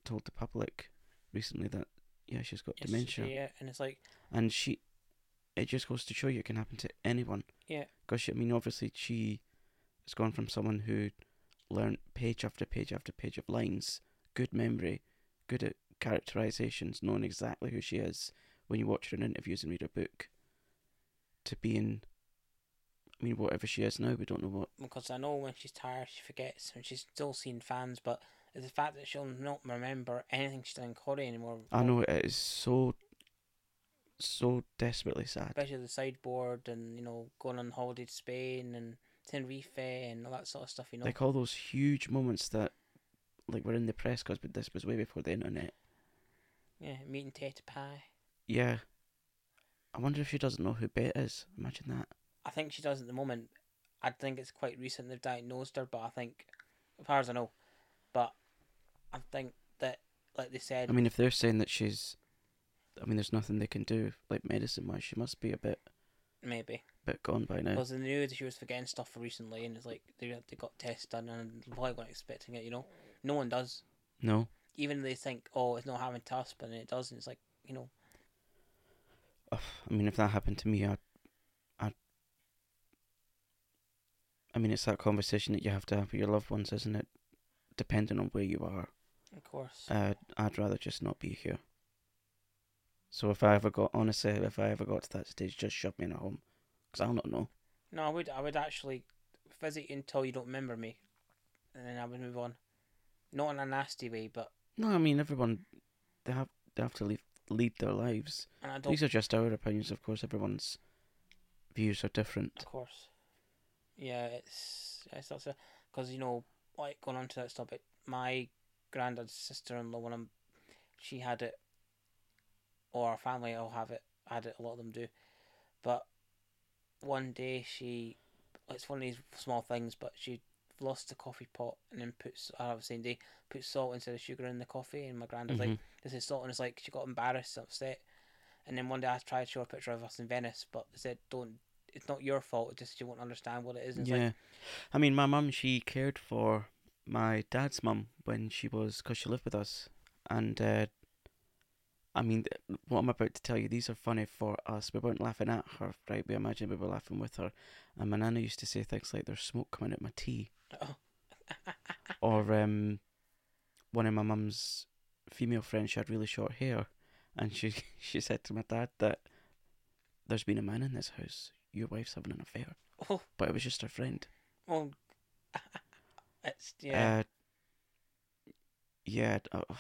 [SPEAKER 1] told the public recently that, yeah, she's got
[SPEAKER 2] it's-
[SPEAKER 1] dementia.
[SPEAKER 2] Yeah, and it's like
[SPEAKER 1] And she, it just goes to show you it can happen to anyone.
[SPEAKER 2] Yeah.
[SPEAKER 1] Because, I mean, obviously, she has gone from someone who learnt page after page after page of lines, good memory, good at characterizations, knowing exactly who she is when you watch her in interviews and read her book, to being, I mean, whatever she is now, we don't know what.
[SPEAKER 2] because I know when she's tired she forgets and she's still seeing fans, but it's the fact that she'll not remember anything she's done in Corey anymore.
[SPEAKER 1] I know it is so, so desperately sad.
[SPEAKER 2] especially the sideboard and you know going on holiday to Spain and Tenerife and all that sort of stuff. You know,
[SPEAKER 1] Like all those huge moments that, like, were in the press because this was way before the internet.
[SPEAKER 2] yeah, meat and tater pie.
[SPEAKER 1] Yeah. I wonder if she doesn't know who Bet is. Imagine that.
[SPEAKER 2] I think she does at the moment. I think it's quite recent they've diagnosed her, but I think, as far as I know, but I think that like they said,
[SPEAKER 1] I mean, if they're saying that she's, I mean, there's nothing they can do like medicine wise. She must be a bit,
[SPEAKER 2] maybe
[SPEAKER 1] bit gone by now.
[SPEAKER 2] because they knew that she was forgetting stuff recently, and it's like they they got tests done and probably weren't expecting it. You know, no one does.
[SPEAKER 1] No.
[SPEAKER 2] Even they think, oh, it's not happening to us, but it does, and it's like you know,
[SPEAKER 1] Ugh, I mean, if that happened to me, I, I. I mean, it's that conversation that you have to have with your loved ones, isn't it? depending on where you are.
[SPEAKER 2] Of course.
[SPEAKER 1] Uh, I'd rather just not be here. So if I ever got, honestly, if I ever got to that stage, just shove me in a home, because I'll not know.
[SPEAKER 2] no, I would I would actually visit you until you don't remember me, and then I would move on. Not in a nasty way, but
[SPEAKER 1] No, I mean everyone, they have they have to leave, lead their lives.
[SPEAKER 2] an adult,
[SPEAKER 1] These are just our opinions, of course. Everyone's views are different.
[SPEAKER 2] of course. Yeah, it's it's not because you know like going on to that topic. My granddad's sister-in-law, when I'm, she had it, or our family all have it. Had it, a lot of them do, but one day she, it's one of these small things, but she lost the coffee pot and then puts, I have the same day, put salt instead of sugar in the coffee, and my granddad's like.
[SPEAKER 1] Mhm.
[SPEAKER 2] this is salt, and it's like she got embarrassed and upset. And then one day I tried to show her a picture of us in Venice, but they said, "Don't. It's not your fault. It's just you won't understand what it is." And it's
[SPEAKER 1] yeah,
[SPEAKER 2] like,
[SPEAKER 1] I mean, my mum she cared for my dad's mum when she was because she lived with us, and uh, I mean, th- what I'm about to tell you, these are funny for us. We weren't laughing at her, right? We imagine we were laughing with her, and my nana used to say things like, "There's smoke coming out my tea,"
[SPEAKER 2] oh,
[SPEAKER 1] or um, one of my mum's female friends she had really short hair, and she she said to my dad that there's been a man in this house. Your wife's having an affair,
[SPEAKER 2] oh,
[SPEAKER 1] but it was just her friend.
[SPEAKER 2] well, it's yeah,
[SPEAKER 1] Uh, yeah. d- uh,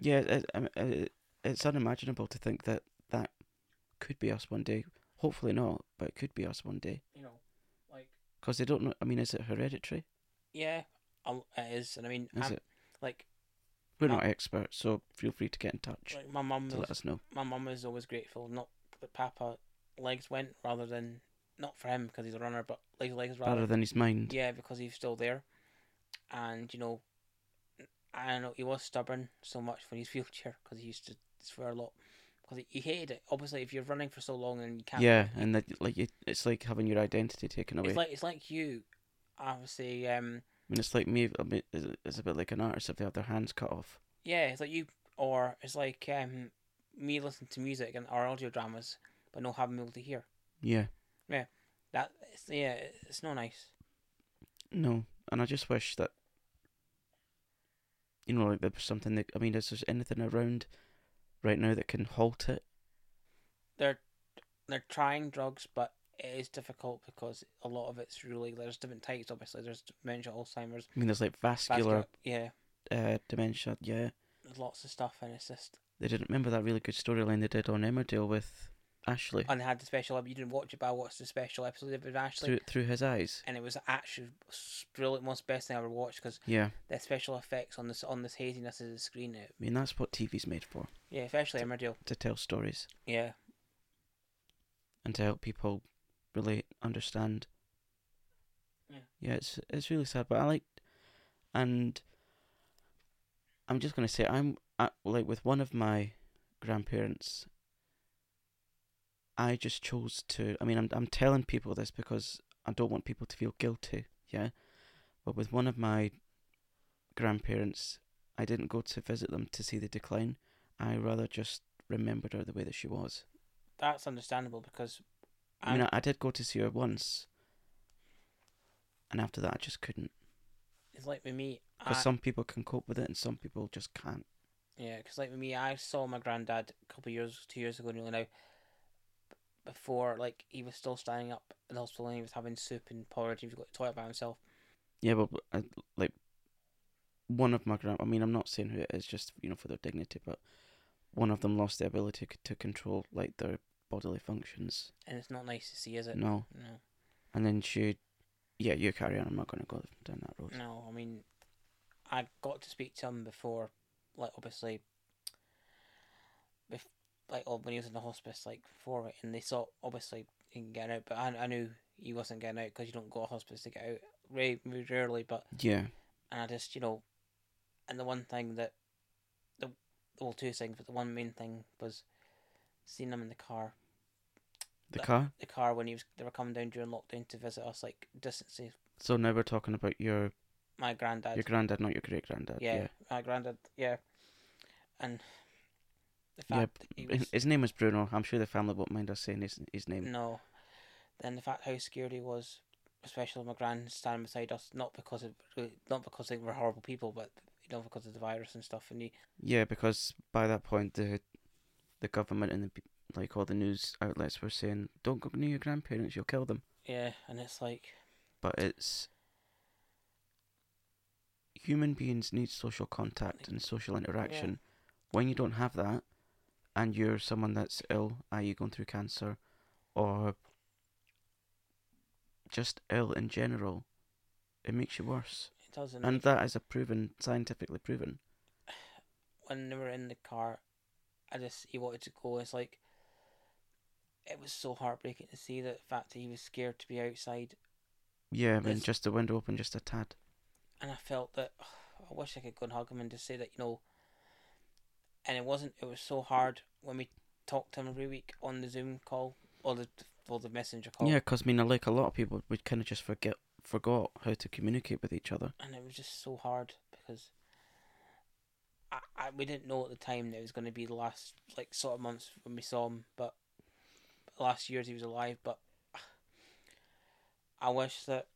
[SPEAKER 1] yeah. It, um, uh, it's unimaginable to think that that could be us one day. Hopefully not, but it could be us one day.
[SPEAKER 2] you know, like
[SPEAKER 1] Because they don't know. I mean, is it hereditary?
[SPEAKER 2] yeah, um, it is, and I mean,
[SPEAKER 1] Is
[SPEAKER 2] I'm,
[SPEAKER 1] it?
[SPEAKER 2] like
[SPEAKER 1] We're
[SPEAKER 2] uh,
[SPEAKER 1] not experts, so feel free to get in touch
[SPEAKER 2] like my mum
[SPEAKER 1] to let
[SPEAKER 2] was
[SPEAKER 1] us know.
[SPEAKER 2] my mum was always grateful, not that Papa legs went rather than not for him because he's a runner, but legs legs rather
[SPEAKER 1] Rather than his mind.
[SPEAKER 2] Yeah, because he's still there, and you know, I don't know. He was stubborn so much for his wheelchair because he used to swear a lot because he, he hated it. Obviously, if you're running for so long and you
[SPEAKER 1] Yeah,
[SPEAKER 2] can't,
[SPEAKER 1] and that like it, it's like having your identity taken away.
[SPEAKER 2] it's like it's like you, obviously. Um,
[SPEAKER 1] I mean, it's like me. I mean, it's it's a bit like an artist if they have their hands cut off.
[SPEAKER 2] yeah, it's like you, or it's like um, me listening to music and or audio dramas, but not having me able to hear.
[SPEAKER 1] Yeah.
[SPEAKER 2] That it's, yeah, it's not nice.
[SPEAKER 1] No, and I just wish that you know, like there was something that I mean, is there anything around right now that can halt it?
[SPEAKER 2] they're they're trying drugs, but it is difficult because a lot of it's really there's different types. Obviously, there's dementia, Alzheimer's,
[SPEAKER 1] I mean, there's like vascular
[SPEAKER 2] vascular, yeah,
[SPEAKER 1] uh, dementia. Yeah,
[SPEAKER 2] there's lots of stuff, and it's just
[SPEAKER 1] they didn't remember that really good storyline they did on Emmerdale with Ashley
[SPEAKER 2] and they had the special. You didn't watch it, but I watched the special episode of it actually,
[SPEAKER 1] through through his eyes.
[SPEAKER 2] and it was actually s- brilliant, most best thing I ever watched because
[SPEAKER 1] Yeah,
[SPEAKER 2] the special effects on this on this haziness of the screen, it,
[SPEAKER 1] I mean that's what TV's made for
[SPEAKER 2] yeah, especially Emmerdale,
[SPEAKER 1] to tell stories
[SPEAKER 2] yeah,
[SPEAKER 1] and to help people relate, understand.
[SPEAKER 2] Yeah.
[SPEAKER 1] yeah, it's it's really sad, but I like, and I'm just gonna say I'm I, like with one of my grandparents. I just chose to. I mean, I'm I'm telling people this because I don't want people to feel guilty. Yeah, but with one of my grandparents, I didn't go to visit them to see the decline. I rather just remembered her the way that she was.
[SPEAKER 2] that's understandable because
[SPEAKER 1] I mean, I, I did go to see her once, and after that, I just couldn't.
[SPEAKER 2] it's like with me,
[SPEAKER 1] Because
[SPEAKER 2] I-
[SPEAKER 1] some people can cope with it, and some people just can't.
[SPEAKER 2] Yeah, because like with me, I saw my granddad a couple of years, two years ago, nearly now. b- Before, like he was still standing up in the hospital, and he was having soup and porridge, and he was going to the toilet by himself.
[SPEAKER 1] Yeah, but I, like one of my grand. I mean, I'm not saying who it is, just you know, for their dignity, but one of them lost the ability c- to control like their bodily functions.
[SPEAKER 2] And it's not nice to see, is it?
[SPEAKER 1] No,
[SPEAKER 2] No,
[SPEAKER 1] and then she, yeah, you carry on. I'm not going to go down that road.
[SPEAKER 2] no. I mean, I got to speak to him before, like obviously, bef- like oh, when he was in the hospice, like before it, and they saw obviously he can get out, but I, I knew he wasn't getting out because you don't go to hospice to get out very rarely, but
[SPEAKER 1] Yeah,
[SPEAKER 2] and I just you know, and the one thing that, the well two things, but the one main thing was seeing him in the car,
[SPEAKER 1] the
[SPEAKER 2] That-
[SPEAKER 1] car.
[SPEAKER 2] the car when he was they were coming down during lockdown to visit us, like distances.
[SPEAKER 1] So now we're talking about your
[SPEAKER 2] My granddad,
[SPEAKER 1] your granddad, not your great granddad.
[SPEAKER 2] yeah,
[SPEAKER 1] Yeah,
[SPEAKER 2] my granddad, uh, yeah, and the fact that he
[SPEAKER 1] His-
[SPEAKER 2] was
[SPEAKER 1] His name is Bruno. I'm sure the family won't mind us saying his his name.
[SPEAKER 2] no, then the fact how scared he was, especially my grand standing beside us, not because of not because they were horrible people, but you know because of the virus and stuff. And he,
[SPEAKER 1] Yeah, because by that point the the government and the pe- like all the news outlets were saying, "Don't go near your grandparents; you'll kill them."
[SPEAKER 2] yeah, and it's like
[SPEAKER 1] But it's human beings need social contact and social interaction. When you don't have that, and you're someone that's ill, i.e., going through cancer, or just ill in general, it makes you worse.
[SPEAKER 2] it doesn't.
[SPEAKER 1] And that is a proven, scientifically proven.
[SPEAKER 2] when we were in the car, I just he wanted to go. It's like it was so heartbreaking to see the fact that he was scared to be outside,
[SPEAKER 1] Yeah, I mean,
[SPEAKER 2] There's-
[SPEAKER 1] just the window open just a tad.
[SPEAKER 2] and I felt that I wish I could go and hug him and just say that you know. And it wasn't. It was so hard when we talked to him every week on the Zoom call or the or the messenger call.
[SPEAKER 1] Yeah, because I mean, like a lot of people, we kind of just forget forgot how to communicate with each other.
[SPEAKER 2] and it was just so hard because I, I we didn't know at the time that it was going to be the last like sort of months when we saw him, but last year he was alive. But I wish that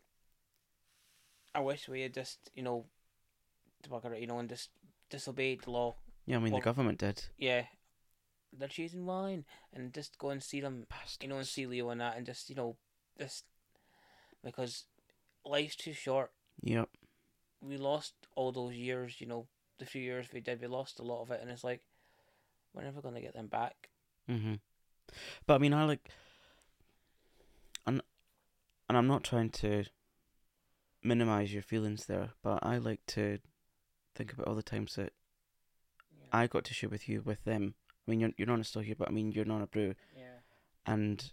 [SPEAKER 2] I wish we had just you know to bugger it, you know, and just disobeyed the law.
[SPEAKER 1] Yeah, I mean,
[SPEAKER 2] Well-
[SPEAKER 1] the government did.
[SPEAKER 2] Yeah, they're choosing wine, and just go and see them you know, and
[SPEAKER 1] Bastards.
[SPEAKER 2] see Leo and that, and just you know, just because life's too short
[SPEAKER 1] Yep.
[SPEAKER 2] we lost all those years, you know, the few years we did, we lost a lot of it, and it's like, we're never going to get them back.
[SPEAKER 1] hmm But I mean, I like, and and I'm not trying to minimize your feelings there, but I like to think about all the times that I got to share with you with them. I mean, you're you're not still here, but I mean, you're not a brew,
[SPEAKER 2] Yeah.
[SPEAKER 1] and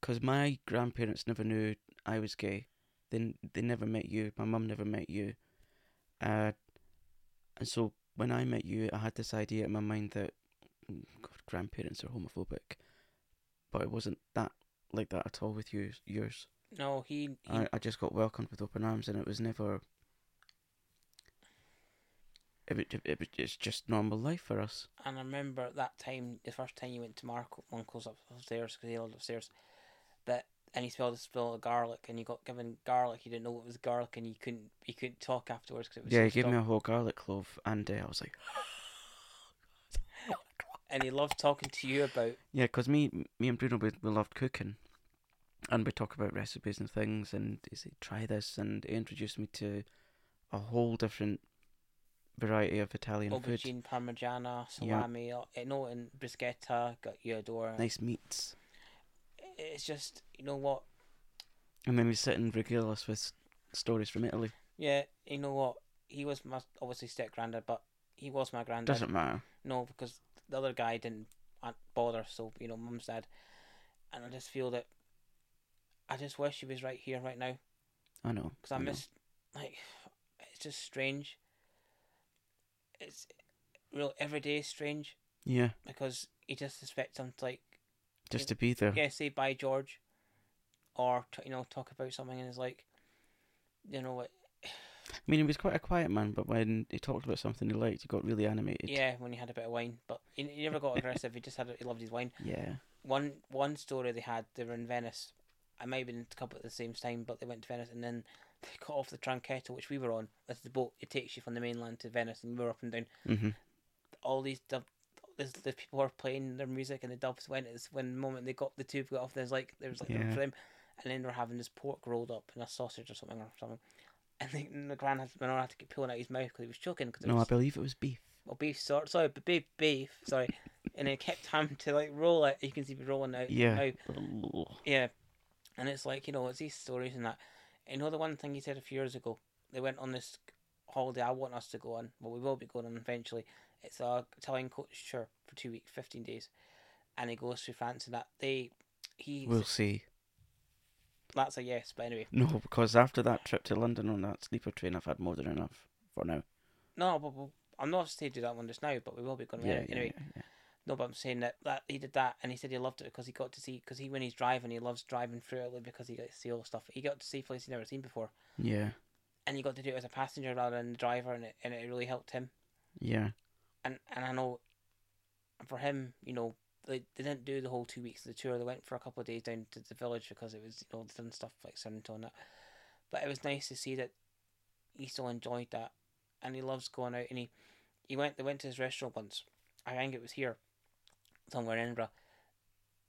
[SPEAKER 1] because my grandparents never knew I was gay, they n- they never met you. My mum never met you, uh, and so when I met you, I had this idea in my mind that "Mm, God, grandparents are homophobic, but it wasn't that like that at all with you yours.
[SPEAKER 2] No, he, he
[SPEAKER 1] I, I just got welcomed with open arms, and it was never. It, wa- it, wa- it's just normal life for us.
[SPEAKER 2] and I remember at that time, the first time you went to Marco, my uncle's up- upstairs because he lived upstairs, that and he smelled a smell of garlic, and he got given garlic. You didn't know it was garlic, and you couldn't you couldn't talk afterwards because it was
[SPEAKER 1] yeah,
[SPEAKER 2] so
[SPEAKER 1] he gave me
[SPEAKER 2] strong.
[SPEAKER 1] a whole garlic clove, and uh, I was like.
[SPEAKER 2] and he loved talking to you about
[SPEAKER 1] Yeah, 'cause me, me and Bruno, we, we loved cooking, and we talk about recipes and things, and he said, "Try this," and he introduced me to a whole different variety of Italian food,
[SPEAKER 2] aubergine parmigiana, salami, yeah. you know, and bruschetta, got you adore.
[SPEAKER 1] nice meats,
[SPEAKER 2] It's just you know what
[SPEAKER 1] and then we sit and regale us with s- stories from Italy.
[SPEAKER 2] Yeah, you know what? He was my obviously step granddad, but he was my granddad.
[SPEAKER 1] Doesn't matter.
[SPEAKER 2] No, because the other guy didn't uh, bother. So you know, mum's dad, and I just feel that I just wish he was right here, right now,
[SPEAKER 1] I know.
[SPEAKER 2] because I,
[SPEAKER 1] know.
[SPEAKER 2] miss like it's just strange. It's real every day is strange
[SPEAKER 1] Yeah,
[SPEAKER 2] because you just expect him to like
[SPEAKER 1] just to be there.
[SPEAKER 2] yeah say bye George, or t- you know talk about something and it's like, you know what?
[SPEAKER 1] I mean, he was quite a quiet man, but when he talked about something he liked, he got really animated.
[SPEAKER 2] Yeah, when he had a bit of wine, but he, he never got aggressive. he just had he loved his wine.
[SPEAKER 1] Yeah.
[SPEAKER 2] one one story they had they were in Venice. I may have been a couple at the same time, but they went to Venice and then they cut off the Tranquetto, which we were on. That's the boat that takes you from the mainland to Venice, and we were up and down.
[SPEAKER 1] Mhm.
[SPEAKER 2] All these dub, this, the people were playing their music, and the dubs went. It's when the moment they got the tube got off, there's like there was like
[SPEAKER 1] Yeah.
[SPEAKER 2] for them, and then they were having this pork rolled up and a sausage or something or something. And the, and the grand had, Manor had to keep pulling out his mouth because he was choking. Cause it
[SPEAKER 1] No, I
[SPEAKER 2] was,
[SPEAKER 1] believe it was beef.
[SPEAKER 2] well, beef, sorry, sorry, but beef, beef, sorry. and it kept having to like roll it. You can see me rolling out.
[SPEAKER 1] Yeah.
[SPEAKER 2] Now,
[SPEAKER 1] Ugh.
[SPEAKER 2] yeah, and it's like you know it's these stories and that. You know the one thing he said a few years ago. They went on this holiday. I want us to go on, but we will be going on eventually. It's a Italian culture for two weeks, fifteen days, and he goes to France and that they he
[SPEAKER 1] We'll see.
[SPEAKER 2] that's a yes. But anyway,
[SPEAKER 1] No, because after that trip to London on that sleeper train, I've had more than enough for now.
[SPEAKER 2] no, but, but I'm not saying do that one just now, but we will be going on
[SPEAKER 1] Yeah,
[SPEAKER 2] it.
[SPEAKER 1] yeah,
[SPEAKER 2] anyway.
[SPEAKER 1] yeah, yeah.
[SPEAKER 2] No, but I'm saying that, that he did that, and he said he loved it because he got to see because he when he's driving, he loves driving through Italy because he gets to see all the stuff. He got to see places he never seen before.
[SPEAKER 1] Yeah,
[SPEAKER 2] and you got to do it as a passenger rather than the driver, and it, and it really helped him.
[SPEAKER 1] yeah.
[SPEAKER 2] And and I know, for him, you know, Like they didn't do the whole two weeks of the tour. They went for a couple of days down to the village because it was you know they done stuff like Sorrento and that. But it was nice to see that he still enjoyed that, and he loves going out. And he he went they went to his restaurant once. I think it was here, somewhere in Edinburgh,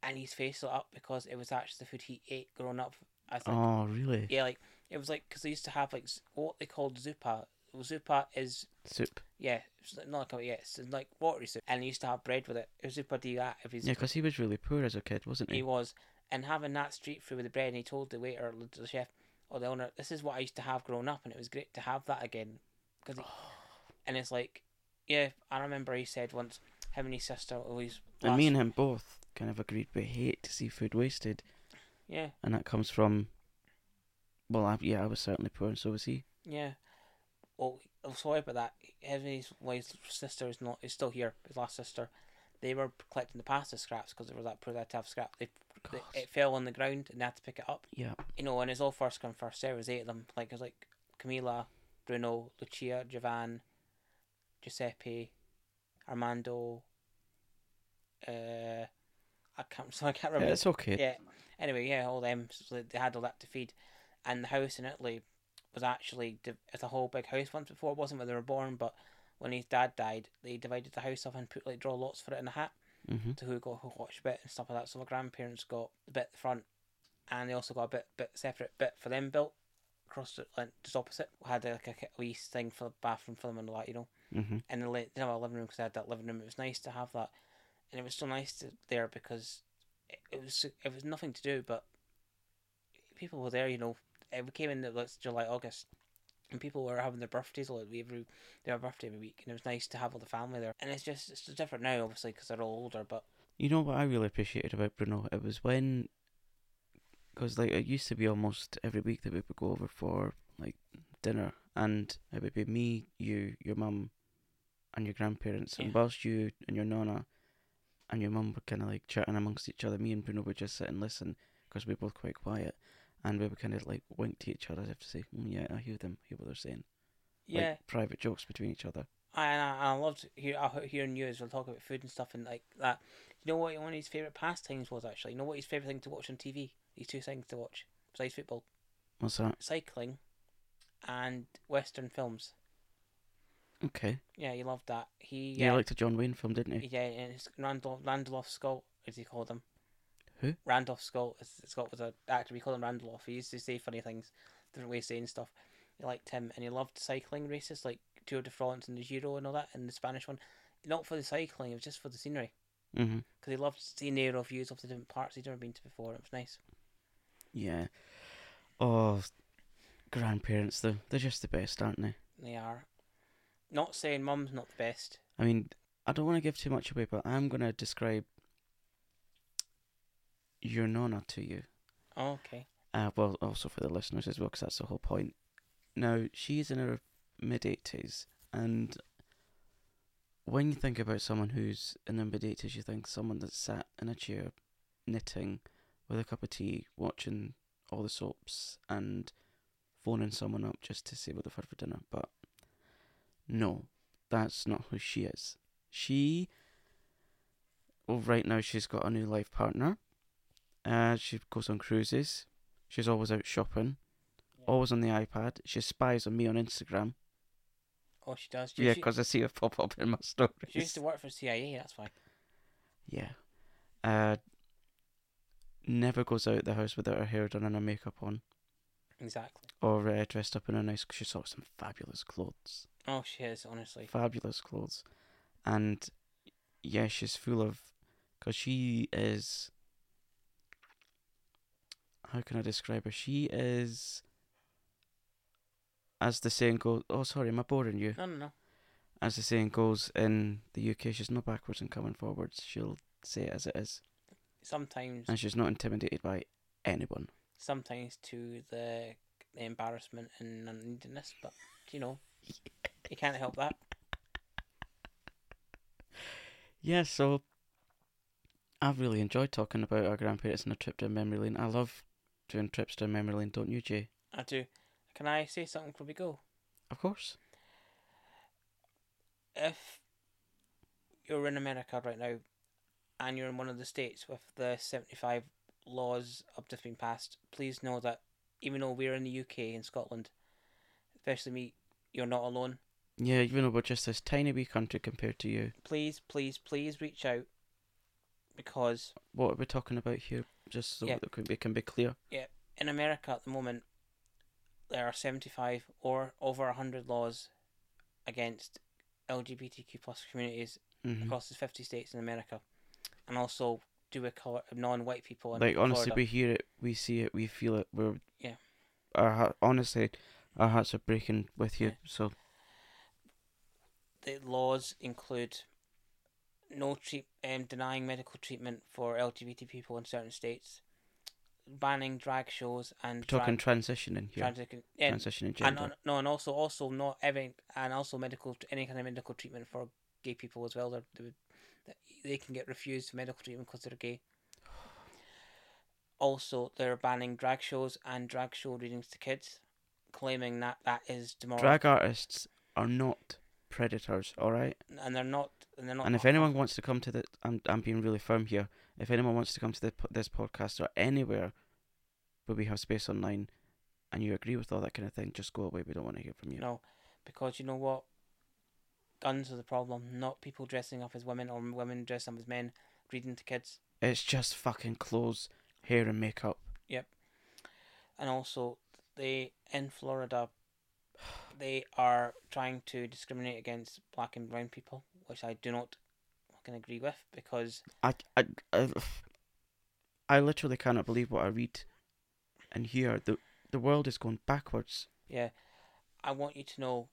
[SPEAKER 2] and his face lit up because it was actually the food he ate growing up. I think.
[SPEAKER 1] Oh, really?
[SPEAKER 2] Yeah, like it was like because they used to have like z- what they called zupa. Zupa is
[SPEAKER 1] Soup.
[SPEAKER 2] yeah, it's not like oh, yeah, it's like watery soup, and they used to have bread with it. It was zupa do that if he's
[SPEAKER 1] Yeah, because he was really poor as a kid, wasn't
[SPEAKER 2] he
[SPEAKER 1] he?
[SPEAKER 2] was, and having that street food with the bread, and he told the waiter, or the chef, or the owner, this is what I used to have growing up, and it was great to have that again, because, and it's like, yeah, I remember he said once, him and his sister always.
[SPEAKER 1] And me and him both kind of agreed we hate to see food wasted,
[SPEAKER 2] Yeah,
[SPEAKER 1] and that comes from. Well, I, yeah, I was certainly poor, and so was he.
[SPEAKER 2] yeah. Well, I'm sorry about that. Him and his wife's sister is not is still here. His last sister, they were collecting the pasta scraps because they were that poor. They had to have scrap. They, they
[SPEAKER 1] God.
[SPEAKER 2] it fell on the ground and they had to pick it up.
[SPEAKER 1] Yeah,
[SPEAKER 2] you know, and it's all first come first serve. There's eight of them. Like it was like Camila, Bruno, Lucia, Javan, Giuseppe, Armando. Uh, I can't. So I can't remember.
[SPEAKER 1] it's okay.
[SPEAKER 2] Yeah. Anyway, yeah, all them. So they- they had all that to feed, and the house in Italy was actually div- it's a whole big house. Once before, it wasn't when they were born, but when his dad died, they divided the house up and put like draw lots for it in a hat
[SPEAKER 1] hmm
[SPEAKER 2] to who got who watched a bit and stuff like that. So my grandparents got the bit at the front, and they also got a bit bit separate bit for them built across the, like just opposite. We had like a, ki- wee thing for the bathroom for them and all that, you know.
[SPEAKER 1] hmm
[SPEAKER 2] And they li- they have a living room because I had that living room. It was nice to have that, and it was so nice to, there because it, it was it was nothing to do, but people were there, you know. It we came in the, like July August. And people were having their birthdays like we every their birthday every week, and it was nice to have all the family there. And it's just it's different now, obviously, because they're all older. But
[SPEAKER 1] You know what I really appreciated about Bruno? It was when, because like it used to be almost every week that we would go over for like dinner, and it would be me, you, your mum, and your grandparents,
[SPEAKER 2] Yeah.
[SPEAKER 1] and whilst you and your nonna, and your mum were kind of like chatting amongst each other, me and Bruno would just sit and listen because we were both quite quiet, and we would kind of like wink to each other as if to say, mm, "Yeah, I hear them, hear what they're saying."
[SPEAKER 2] yeah,
[SPEAKER 1] Like private jokes between each other.
[SPEAKER 2] I- and I, and I loved hear, uh, hearing you as well talk about food and stuff and like that. You know what one of his favourite pastimes was actually? You know what his favourite thing to watch on TV? These two things to watch besides football
[SPEAKER 1] What's that?
[SPEAKER 2] cycling and Western films.
[SPEAKER 1] Okay.
[SPEAKER 2] Yeah, he loved that. He,
[SPEAKER 1] Yeah,
[SPEAKER 2] yeah,
[SPEAKER 1] he liked a John Wayne film, didn't he?
[SPEAKER 2] yeah, and it's Randolph, Randolph Scott, as he called him.
[SPEAKER 1] Who?
[SPEAKER 2] Randolph Scott. is- Scott was an actor. We called him Randolph. He used to say funny things, different ways of saying stuff. He liked him, and he loved cycling races like Tour de France and the Giro and all that, and the Spanish one. Not for the cycling, it was just for the scenery.
[SPEAKER 1] Mm-hmm.
[SPEAKER 2] Because he loved seeing aerial views of the different parts he'd never been to before. It was nice.
[SPEAKER 1] Yeah. Oh, grandparents though, they're just the best, aren't they?
[SPEAKER 2] They are. Not saying mum's not the best.
[SPEAKER 1] I mean, I don't want to give too much away, but I'm gonna describe your nonna to you.
[SPEAKER 2] Oh, okay.
[SPEAKER 1] Uh, well, also for the listeners as well, because that's the whole point. Now she's in her mid eighties, and when you think about someone who's in their mid eighties, you think someone that's sat in a chair, knitting, with a cup of tea, watching all the soaps and phoning someone up just to see what they've had for dinner. But no, that's not who she is. She, well, right now she's got a new life partner. Uh, she goes on cruises. She's always out shopping, always on the iPad. She spies on me on Instagram.
[SPEAKER 2] Oh, she does. She,
[SPEAKER 1] Yeah,
[SPEAKER 2] she,
[SPEAKER 1] 'cause I see her pop up in my stories.
[SPEAKER 2] she used to work for CIA, that's why.
[SPEAKER 1] Yeah. Uh, never goes out the house without her hair done and her makeup on,
[SPEAKER 2] Exactly.
[SPEAKER 1] or uh, dressed up in a nice. She saw some fabulous clothes.
[SPEAKER 2] Oh, she is, honestly.
[SPEAKER 1] Fabulous clothes, and yeah, she's full of, because she is. How can I describe her? She is. As the saying goes, oh sorry, am I boring you?
[SPEAKER 2] No, no, no.
[SPEAKER 1] as the saying goes in the UK, she's not backwards and coming forwards. She'll say it as it is,
[SPEAKER 2] Sometimes
[SPEAKER 1] and she's not intimidated by anyone.
[SPEAKER 2] sometimes to the, the embarrassment and unneededness, but you know, you can't help that.
[SPEAKER 1] Yeah, so I've really enjoyed talking about our grandparents and a trip down memory lane. I love doing trips down memory lane, don't you, Jay?
[SPEAKER 2] I do. Can I say something before we go?
[SPEAKER 1] Of course.
[SPEAKER 2] If you're in America right now and you're in one of the states with the 75 laws up to being passed, please know that even though we're in the UK and Scotland, especially me, you're not alone.
[SPEAKER 1] Yeah, even though we're just this tiny wee country compared to you.
[SPEAKER 2] Please, please, please reach out because
[SPEAKER 1] What are we talking about here? Just so
[SPEAKER 2] Yeah.
[SPEAKER 1] that it can be, can be clear.
[SPEAKER 2] in America at the moment, there are 75 or over 100 laws against LGBTQ plus communities
[SPEAKER 1] Mhm.
[SPEAKER 2] across the 50 states in America, and also do a color non-white people. In
[SPEAKER 1] Like honestly,
[SPEAKER 2] Florida.
[SPEAKER 1] we hear it, we see it, we feel it. We're
[SPEAKER 2] Yeah.
[SPEAKER 1] Our heart, honestly, our hearts are breaking with you.
[SPEAKER 2] Yeah.
[SPEAKER 1] So
[SPEAKER 2] the laws include no treat um, denying medical treatment for LGBT people in certain states, banning drag shows and
[SPEAKER 1] we're talking
[SPEAKER 2] drag,
[SPEAKER 1] transitioning here,
[SPEAKER 2] trans- um, yeah,
[SPEAKER 1] transitioning
[SPEAKER 2] and
[SPEAKER 1] gender.
[SPEAKER 2] on, no, and also also not having and also medical any kind of medical treatment for gay people as well. They're, they would- they can get refused medical treatment because they're gay. Also, they're banning drag shows and drag show readings to kids, claiming that that is demoralizing
[SPEAKER 1] Drag artists are not predators. All right.
[SPEAKER 2] and they're not and they're not.
[SPEAKER 1] And if anyone wants to come to the, I'm I'm being really firm here. If anyone wants to come to the, po- this podcast or anywhere, where we have space online, and you agree with all that kind of thing, just go away. We don't want to hear from you.
[SPEAKER 2] No, because you know what? Guns are the problem, not people dressing up as women or women dressing up as men, reading to kids.
[SPEAKER 1] It's just fucking clothes, hair, and makeup.
[SPEAKER 2] And also, they in Florida, they are trying to discriminate against black and brown people, which I do not fucking agree with because
[SPEAKER 1] I, I, I, I literally cannot believe what I read and hear. The the world is going backwards.
[SPEAKER 2] yeah, I want you to know,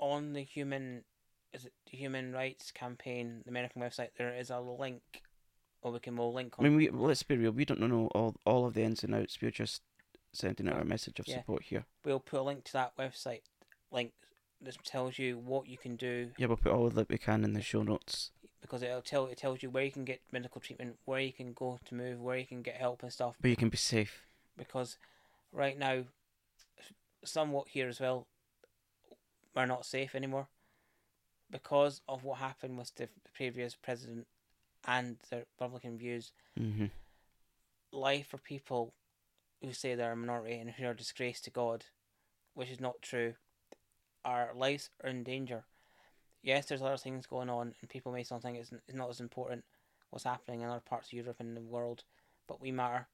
[SPEAKER 2] on the human, is it the human rights campaign, the American website, there is a link, or we can we'll link
[SPEAKER 1] I mean,
[SPEAKER 2] on.
[SPEAKER 1] we let's be real. We don't know all all of the ins and outs. We're just sending out our message of
[SPEAKER 2] Yeah.
[SPEAKER 1] support here.
[SPEAKER 2] we'll put a link to that website link that tells you what you can do
[SPEAKER 1] Yeah, we'll put all that we can in the show notes.
[SPEAKER 2] because it'll tell it tells you where you can get medical treatment, where you can go to move, where you can get help and stuff.
[SPEAKER 1] But you can be safe.
[SPEAKER 2] Because right now, somewhat here as well, we're not safe anymore because of what happened with the previous president and the Republican views.
[SPEAKER 1] Mm-hmm.
[SPEAKER 2] Life for people who say they're a minority and who are a disgrace to God, which is not true. Our lives are in danger. Yes, there's other things going on, and people may still think it's it's not as important what's happening in other parts of Europe and the world, but we matter.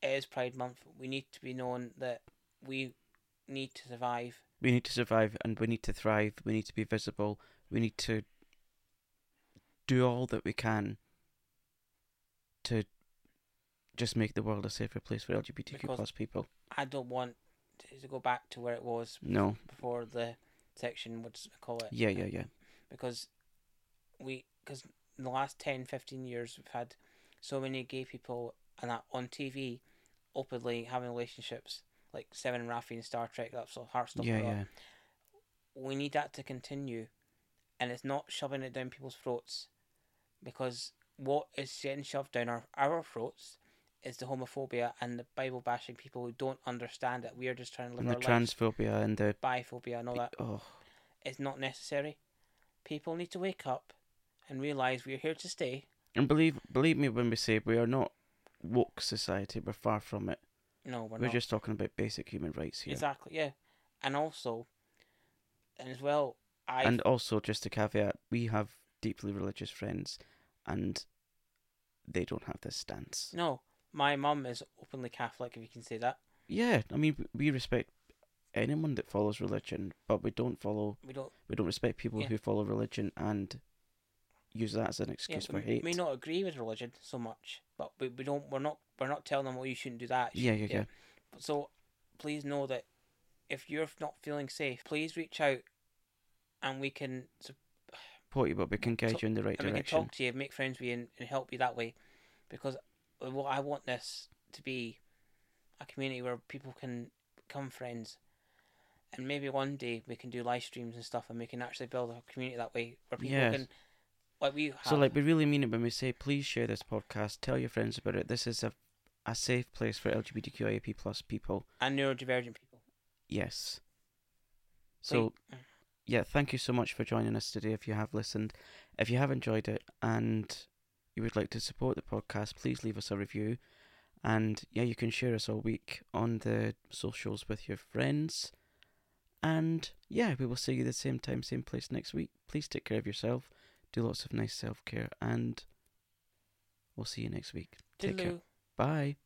[SPEAKER 2] It is Pride Month. We need to be known that we need to survive.
[SPEAKER 1] We need to survive and we need to thrive. We need to be visible. We need to do all that we can to just make the world a safer place for LGBTQ
[SPEAKER 2] Because-
[SPEAKER 1] plus people.
[SPEAKER 2] I don't want to- to go back to where it was
[SPEAKER 1] No.
[SPEAKER 2] before the section, what does it call it?
[SPEAKER 1] Yeah, yeah, yeah.
[SPEAKER 2] because we because in the last 10 15 years we've had so many gay people and that on tv openly having relationships like seven Raffi and star trek that sort of heart stuff
[SPEAKER 1] Yeah, yeah.
[SPEAKER 2] we need that to continue and it's not shoving it down people's throats because what is getting shoved down our, our throats is the homophobia and the bible bashing people who don't understand that we are just trying to live
[SPEAKER 1] And the
[SPEAKER 2] our lives
[SPEAKER 1] transphobia and the
[SPEAKER 2] biphobia and all that
[SPEAKER 1] oh,
[SPEAKER 2] is not necessary. People need to wake up and realize we're here to stay.
[SPEAKER 1] and believe believe me when we say we are not woke society. We're far from it.
[SPEAKER 2] No, we're,
[SPEAKER 1] We're
[SPEAKER 2] not.
[SPEAKER 1] just talking about basic human rights here.
[SPEAKER 2] Exactly, yeah. And also, and as well, I
[SPEAKER 1] And also, just a caveat: we have deeply religious friends, and they don't have this stance.
[SPEAKER 2] no, my mum is openly Catholic, if you can say that.
[SPEAKER 1] Yeah, I mean, w- we respect anyone that follows religion, but we don't follow.
[SPEAKER 2] We don't.
[SPEAKER 1] We don't respect people
[SPEAKER 2] Yeah.
[SPEAKER 1] who follow religion and use that as an
[SPEAKER 2] Yeah,
[SPEAKER 1] excuse
[SPEAKER 2] we
[SPEAKER 1] for hate.
[SPEAKER 2] may not agree with religion so much, but we, we don't. We're not. We're not telling them, well, you shouldn't do that. you
[SPEAKER 1] yeah, yeah,
[SPEAKER 2] shouldn't-"
[SPEAKER 1] yeah.
[SPEAKER 2] So, please know that if you're not feeling safe, please reach out, and we can support
[SPEAKER 1] Potty, but we can guide
[SPEAKER 2] So-
[SPEAKER 1] you in the right
[SPEAKER 2] and we
[SPEAKER 1] direction.
[SPEAKER 2] can talk to you, make friends with you, and, and help you that way. Because uh, what I want this to be a community where people can become friends, and maybe one day we can do live streams and stuff, and we can actually build a community that way where people
[SPEAKER 1] Yes.
[SPEAKER 2] can, like we have.
[SPEAKER 1] So, like, we really mean it when we say, please share this podcast, tell your friends about it. This is a, a safe place for LGBTQIAP plus people.
[SPEAKER 2] and neurodivergent people.
[SPEAKER 1] Yes. So,
[SPEAKER 2] Please-
[SPEAKER 1] yeah, thank you so much for joining us today if you have listened. If you have enjoyed it and you would like to support the podcast, please leave us a review. And yeah, you can share us all week on the socials with your friends. And yeah, we will see you the same time, same place next week. Please take care of yourself. Do lots of nice self care. And we'll see you next week. Take care.
[SPEAKER 2] Toodaloo.
[SPEAKER 1] Bye.